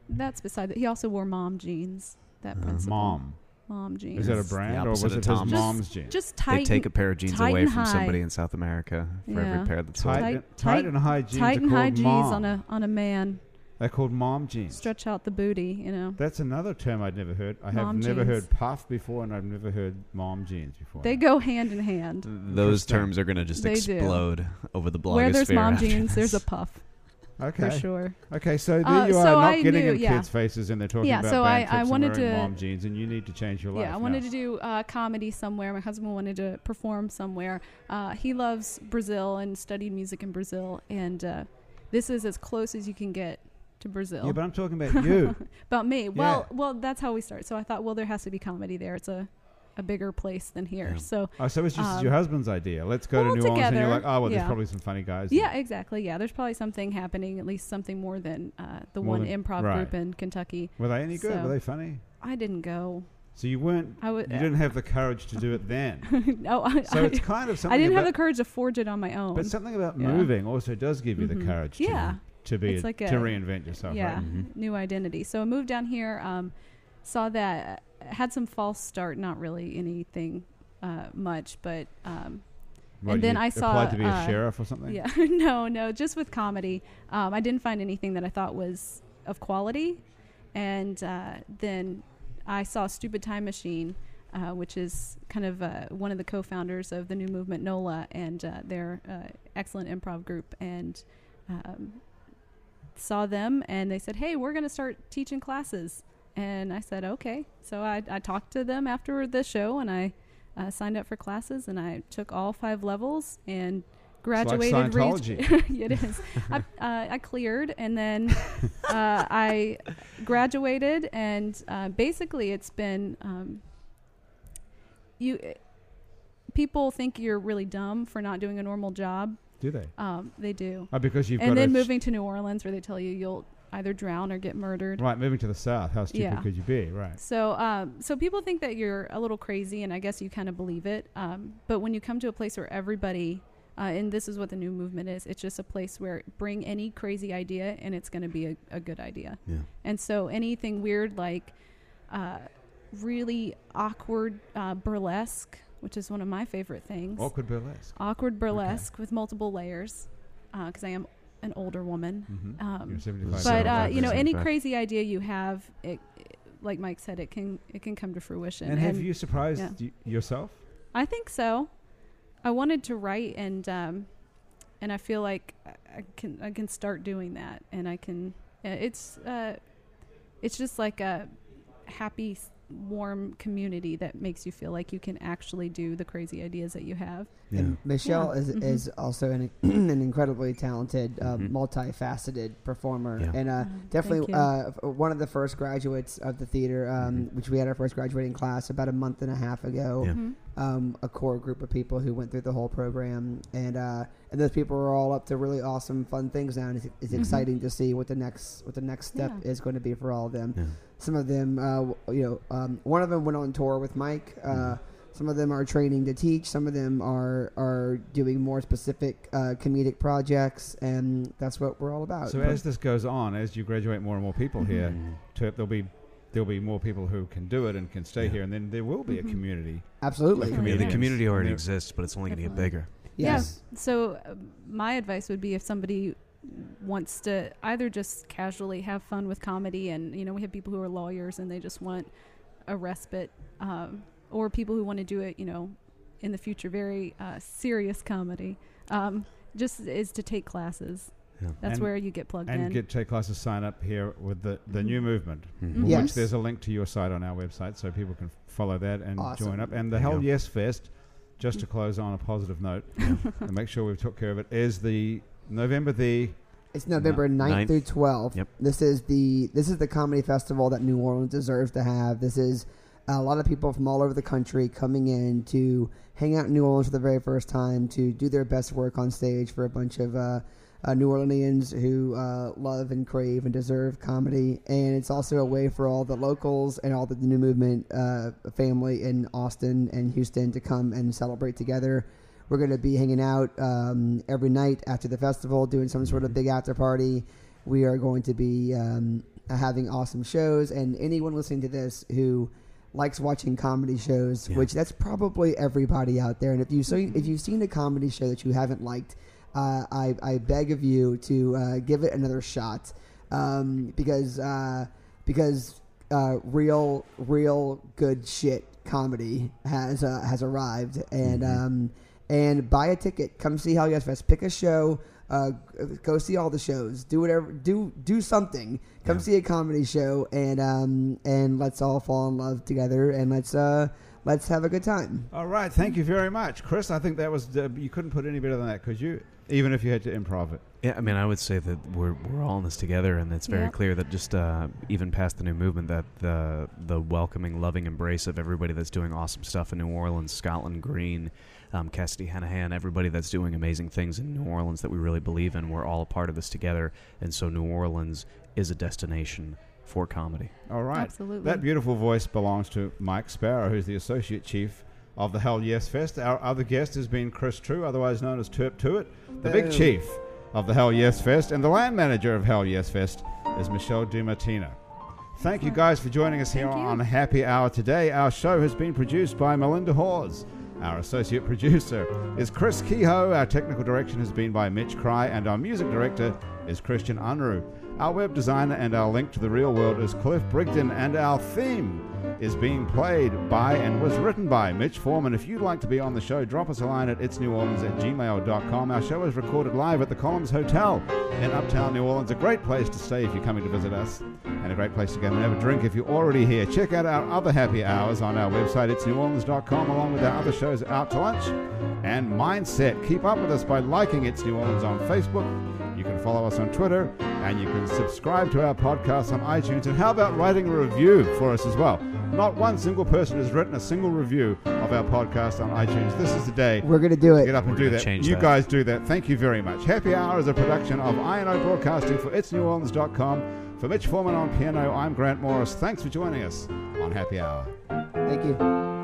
Speaker 3: That's beside that. He also wore mom jeans. That principal.
Speaker 1: mom.
Speaker 3: Mom jeans.
Speaker 1: Is that a brand or was
Speaker 4: opposite
Speaker 1: it
Speaker 4: of
Speaker 1: his
Speaker 4: Tom's.
Speaker 3: Just-
Speaker 1: mom's jeans?
Speaker 3: Just tight.
Speaker 4: they take a pair of jeans away
Speaker 3: Titan
Speaker 4: from somebody
Speaker 3: high.
Speaker 4: in South America for
Speaker 3: Yeah.
Speaker 4: every pair that's sold.
Speaker 1: Tight,
Speaker 3: Tight-
Speaker 1: tight
Speaker 3: tight-
Speaker 1: and high jeans
Speaker 3: tight
Speaker 1: are
Speaker 3: and
Speaker 1: called
Speaker 3: high jeans
Speaker 1: mom.
Speaker 3: on a on a man.
Speaker 1: They're called mom jeans.
Speaker 3: Stretch out the booty. You know.
Speaker 1: That's another term I'd never heard. I have
Speaker 3: Mom
Speaker 1: never
Speaker 3: jeans.
Speaker 1: heard puff before, and I've never heard mom jeans before.
Speaker 3: They go hand in hand.
Speaker 4: Those
Speaker 1: Interesting.
Speaker 4: terms are going to just
Speaker 3: They do.
Speaker 4: explode over the blogosphere.
Speaker 3: Where there's mom
Speaker 4: after
Speaker 3: jeans, there's a
Speaker 4: this.
Speaker 3: puff
Speaker 1: okay.
Speaker 3: for sure.
Speaker 1: Okay, so there
Speaker 3: Uh,
Speaker 1: you are,
Speaker 3: so
Speaker 1: not
Speaker 3: I
Speaker 1: getting
Speaker 3: knew-
Speaker 1: in
Speaker 3: yeah.
Speaker 1: kids' faces, and they're talking
Speaker 3: Yeah,
Speaker 1: about
Speaker 3: so
Speaker 1: band
Speaker 3: I- I
Speaker 1: trips and
Speaker 3: wanted
Speaker 1: wearing
Speaker 3: to-
Speaker 1: mom jeans, and you need to change your life.
Speaker 3: Yeah, I wanted to do uh, comedy somewhere. My husband wanted to perform somewhere. Uh, he loves Brazil and studied music in Brazil, and uh, this is as close as you can get to Brazil.
Speaker 1: Yeah, but I'm talking about you.
Speaker 3: About me. Well, well, that's how we start. So I thought, well, there has to be comedy there. It's a, a bigger place than here.
Speaker 4: Yeah.
Speaker 3: So
Speaker 1: oh, so it's just
Speaker 3: Um,
Speaker 1: your husband's idea. Let's go
Speaker 3: well,
Speaker 1: to New Orleans, and you're like,
Speaker 3: together,
Speaker 1: oh well, there's
Speaker 3: yeah.
Speaker 1: probably some funny guys.
Speaker 3: yeah,
Speaker 1: there.
Speaker 3: exactly. Yeah, there's probably something happening. At least something more than uh, the
Speaker 1: More
Speaker 3: one
Speaker 1: than-
Speaker 3: improv
Speaker 1: right.
Speaker 3: group in Kentucky.
Speaker 1: Were they any good?
Speaker 3: So-
Speaker 1: Were they funny?
Speaker 3: I didn't go.
Speaker 1: So you weren't.
Speaker 3: I
Speaker 1: you
Speaker 3: would.
Speaker 1: didn't have the courage to do it then.
Speaker 3: no, I,
Speaker 1: So
Speaker 3: I,
Speaker 1: it's kind of something.
Speaker 3: I didn't have
Speaker 1: about-
Speaker 3: the courage to forge it on my own.
Speaker 1: But something about
Speaker 3: Yeah.
Speaker 1: moving also does give you the
Speaker 3: Mhm.
Speaker 1: courage to,
Speaker 3: Yeah.
Speaker 1: to be
Speaker 3: It's like
Speaker 1: to
Speaker 3: a-
Speaker 1: reinvent yourself.
Speaker 3: yeah,
Speaker 1: Right? Mm-hmm.
Speaker 4: Mhm.
Speaker 3: new identity. So I moved down here. Um, saw that uh, had some false start. Not really anything uh, much, but um,
Speaker 1: Well,
Speaker 3: And then
Speaker 1: you
Speaker 3: I saw,
Speaker 1: applied to be a
Speaker 3: uh,
Speaker 1: sheriff or something.
Speaker 3: Yeah, no, no, just with comedy. Um, I didn't find anything that I thought was of quality. And uh, then I saw Stupid Time Machine, uh, which is kind of uh, one of the co founders of the new movement NOLA and uh, their uh, excellent improv group. And um, saw them, and they said, Hey, we're going to start teaching classes. And I said, Okay. So I, I talked to them after the show and I. Uh, signed up for classes and I took all five levels and graduated.
Speaker 1: It's like
Speaker 3: reached-
Speaker 1: Scientology.
Speaker 3: it is. I, uh, I cleared, and then uh, I graduated, and uh, basically, it's been um, you. People think you're really dumb for not doing a normal job.
Speaker 1: Do they?
Speaker 3: Um, they do,
Speaker 1: Oh, because you've got
Speaker 3: and then
Speaker 1: a sh-
Speaker 3: moving to New Orleans, where they tell you you'll either drown or get murdered.
Speaker 1: right moving to the south. How stupid
Speaker 3: Yeah.
Speaker 1: could you be? Right.
Speaker 3: So, um, so people think that you're a little crazy, and I guess you kind of believe it. Um, but when you come to a place where everybody, uh, and this is what the new movement is, it's just a place where bring any crazy idea, and it's going to be a, a good idea.
Speaker 4: Yeah.
Speaker 3: And so anything weird like uh, really awkward uh, burlesque, which is one of my favorite things,
Speaker 1: Awkward burlesque.
Speaker 3: awkward burlesque with multiple layers, because I am an older woman.
Speaker 1: Mm-hmm.
Speaker 3: Um,
Speaker 1: You're 75
Speaker 3: but
Speaker 1: years
Speaker 3: uh,
Speaker 1: old.
Speaker 3: you know,
Speaker 4: Exactly.
Speaker 3: any
Speaker 4: Right.
Speaker 3: crazy idea you have, it, it- like Mike said, it can it can come to fruition.
Speaker 1: and, have you surprised
Speaker 3: yeah.
Speaker 1: y- yourself?
Speaker 3: I think so. I wanted to write, and um, and I feel like I- I can I can start doing that, and I can. uh, It's uh, it's just like a happy, s- warm community that makes you feel like you can actually do the crazy ideas that you have.
Speaker 1: Yeah.
Speaker 2: And Michelle is,
Speaker 3: Mhm.
Speaker 2: is also an, an incredibly talented, uh,
Speaker 1: Mm-hmm.
Speaker 4: Mhm.
Speaker 2: multifaceted performer,
Speaker 4: Yeah.
Speaker 2: and uh,
Speaker 3: Oh, thank
Speaker 2: definitely
Speaker 3: you.
Speaker 2: uh, f- one of the first graduates of the theater, um, which we had our first graduating class about a month and a half ago.
Speaker 4: Yeah.
Speaker 3: Mm-hmm.
Speaker 2: Um, a core group of people who went through the whole program, and uh, and those people are all up to really awesome, fun things now, and it's, it's
Speaker 3: Mhm.
Speaker 2: exciting to see what the next what the next step
Speaker 3: Yeah.
Speaker 2: is going to be for all of them
Speaker 4: Yeah.
Speaker 2: some of them uh, w- you know um, one of them went on tour with mike uh, some of them are training to teach some of them are are doing more specific uh, comedic projects and that's what we're all about
Speaker 1: So
Speaker 2: Uh, But-
Speaker 1: as this goes on, as you graduate more and more people here, to, there'll be there'll be more people who can do it and can stay
Speaker 4: Yeah.
Speaker 1: here, and then there will be a
Speaker 3: Mhm.
Speaker 1: community.
Speaker 2: absolutely
Speaker 3: Comedic.
Speaker 4: Yeah, the
Speaker 3: Yeah.
Speaker 4: community already
Speaker 1: Yeah.
Speaker 4: exists, but it's only going to get
Speaker 3: Definitely.
Speaker 4: bigger.
Speaker 2: yes
Speaker 3: So, uh, my advice would be if somebody wants to either just casually have fun with comedy, and you know, we have people who are lawyers and they just want a respite, um, or people who want to do it, you know, in the future, very uh, serious comedy, um, just is to take classes.
Speaker 4: Yeah.
Speaker 3: That's
Speaker 1: And-
Speaker 3: where you get plugged
Speaker 1: And
Speaker 3: in.
Speaker 1: get take classes sign up here with the, the
Speaker 3: Mhm.
Speaker 1: new movement,
Speaker 4: Mhm.
Speaker 2: Mm-hmm. Yes.
Speaker 1: which there's a link to your site on our website, so people can follow that and join
Speaker 2: Awesome.
Speaker 1: up. And the
Speaker 4: There you
Speaker 1: Hell
Speaker 4: go.
Speaker 1: Yes Fest, just to close on a positive note, and make sure we've took care of it, is the November the
Speaker 2: it's november
Speaker 4: Ni-
Speaker 2: 9th,
Speaker 4: ninth.
Speaker 2: through 12th
Speaker 4: Yep.
Speaker 2: this is the this is the comedy festival that new orleans deserves to have this is a lot of people from all over the country coming in to hang out in new orleans for the very first time to do their best work on stage for a bunch of uh, uh, New Orleanians who uh, love and crave and deserve comedy. And it's also a way for all the locals and all the New Movement uh, family in Austin and Houston to come and celebrate together. We're going to be hanging out um, every night after the festival, doing some sort of big after party. We are going to be um, having awesome shows. And anyone listening to this who likes watching comedy shows,
Speaker 4: Yeah.
Speaker 2: which that's probably everybody out there. And if you so if you've seen a comedy show that you haven't liked, uh, I, I beg of you to uh, give it another shot um, because uh, because uh, real real good shit comedy has uh, has arrived and um, and buy a ticket come see Hell Yes Fest pick a show uh, go see all the shows do whatever do do something come see a comedy show and um, and let's all fall in love together and let's uh, let's have a good time
Speaker 1: All right, thank you very much, Chris. I think that was uh, you couldn't put any better than that, could you? Even if you had to improv it.
Speaker 4: Yeah, I mean, I would say that we're we're all in this together, and it's very
Speaker 3: Yeah.
Speaker 4: clear that just uh, even past the new movement, that the the welcoming, loving embrace of everybody that's doing awesome stuff in New Orleans, Scotland Green, um, Cassidy Hanahan, everybody that's doing amazing things in New Orleans that we really believe in. We're all a part of this together, and so New Orleans is a destination for comedy.
Speaker 1: All right.
Speaker 3: Absolutely.
Speaker 1: That beautiful voice belongs to Mike Sparrow, who's the associate chief of the Hell Yes Fest. Our other guest has been Chris True, otherwise known as Terp Tuit, the big
Speaker 2: Boom.
Speaker 1: chief of the Hell Yes Fest, and the land manager of Hell Yes Fest is Michelle DiMartino. Thank you guys for joining us here
Speaker 3: Thank you.
Speaker 1: on Happy Hour today. Our show has been produced by Melinda Hawes. Our associate producer is Chris Kehoe. Our technical direction has been by Mitch Cry, and our music director is Christian Unruh. Our web designer and our link to the real world is Cliff Brigden, and our theme is being played by and was written by Mitch Foreman. If you'd like to be on the show, drop us a line at itsneworleans at gmail.com. Our show is recorded live at the Columns Hotel in Uptown New Orleans. A great place to stay if you're coming to visit us, and a great place to go and have a drink if you're already here. Check out our other happy hours on our website, itsneworleans.com, along with our other shows, Out to Lunch and Mindset. Keep up with us by liking It's New Orleans on Facebook. You can follow us on Twitter and you can subscribe to our podcast on iTunes. And how about writing a review for us as well? Not one single person has written a single review of our podcast on iTunes. This is the day
Speaker 2: we're gonna do
Speaker 1: to
Speaker 2: it
Speaker 1: get up and
Speaker 4: We're
Speaker 1: do
Speaker 4: gonna
Speaker 1: that.
Speaker 4: change
Speaker 1: You
Speaker 4: that.
Speaker 1: guys do that. Thank you very much. Happy Hour is a production of INO Broadcasting for itsneworleans.com. For Mitch Foreman on piano, I'm Grant Morris. Thanks for joining us on Happy Hour.
Speaker 2: thank you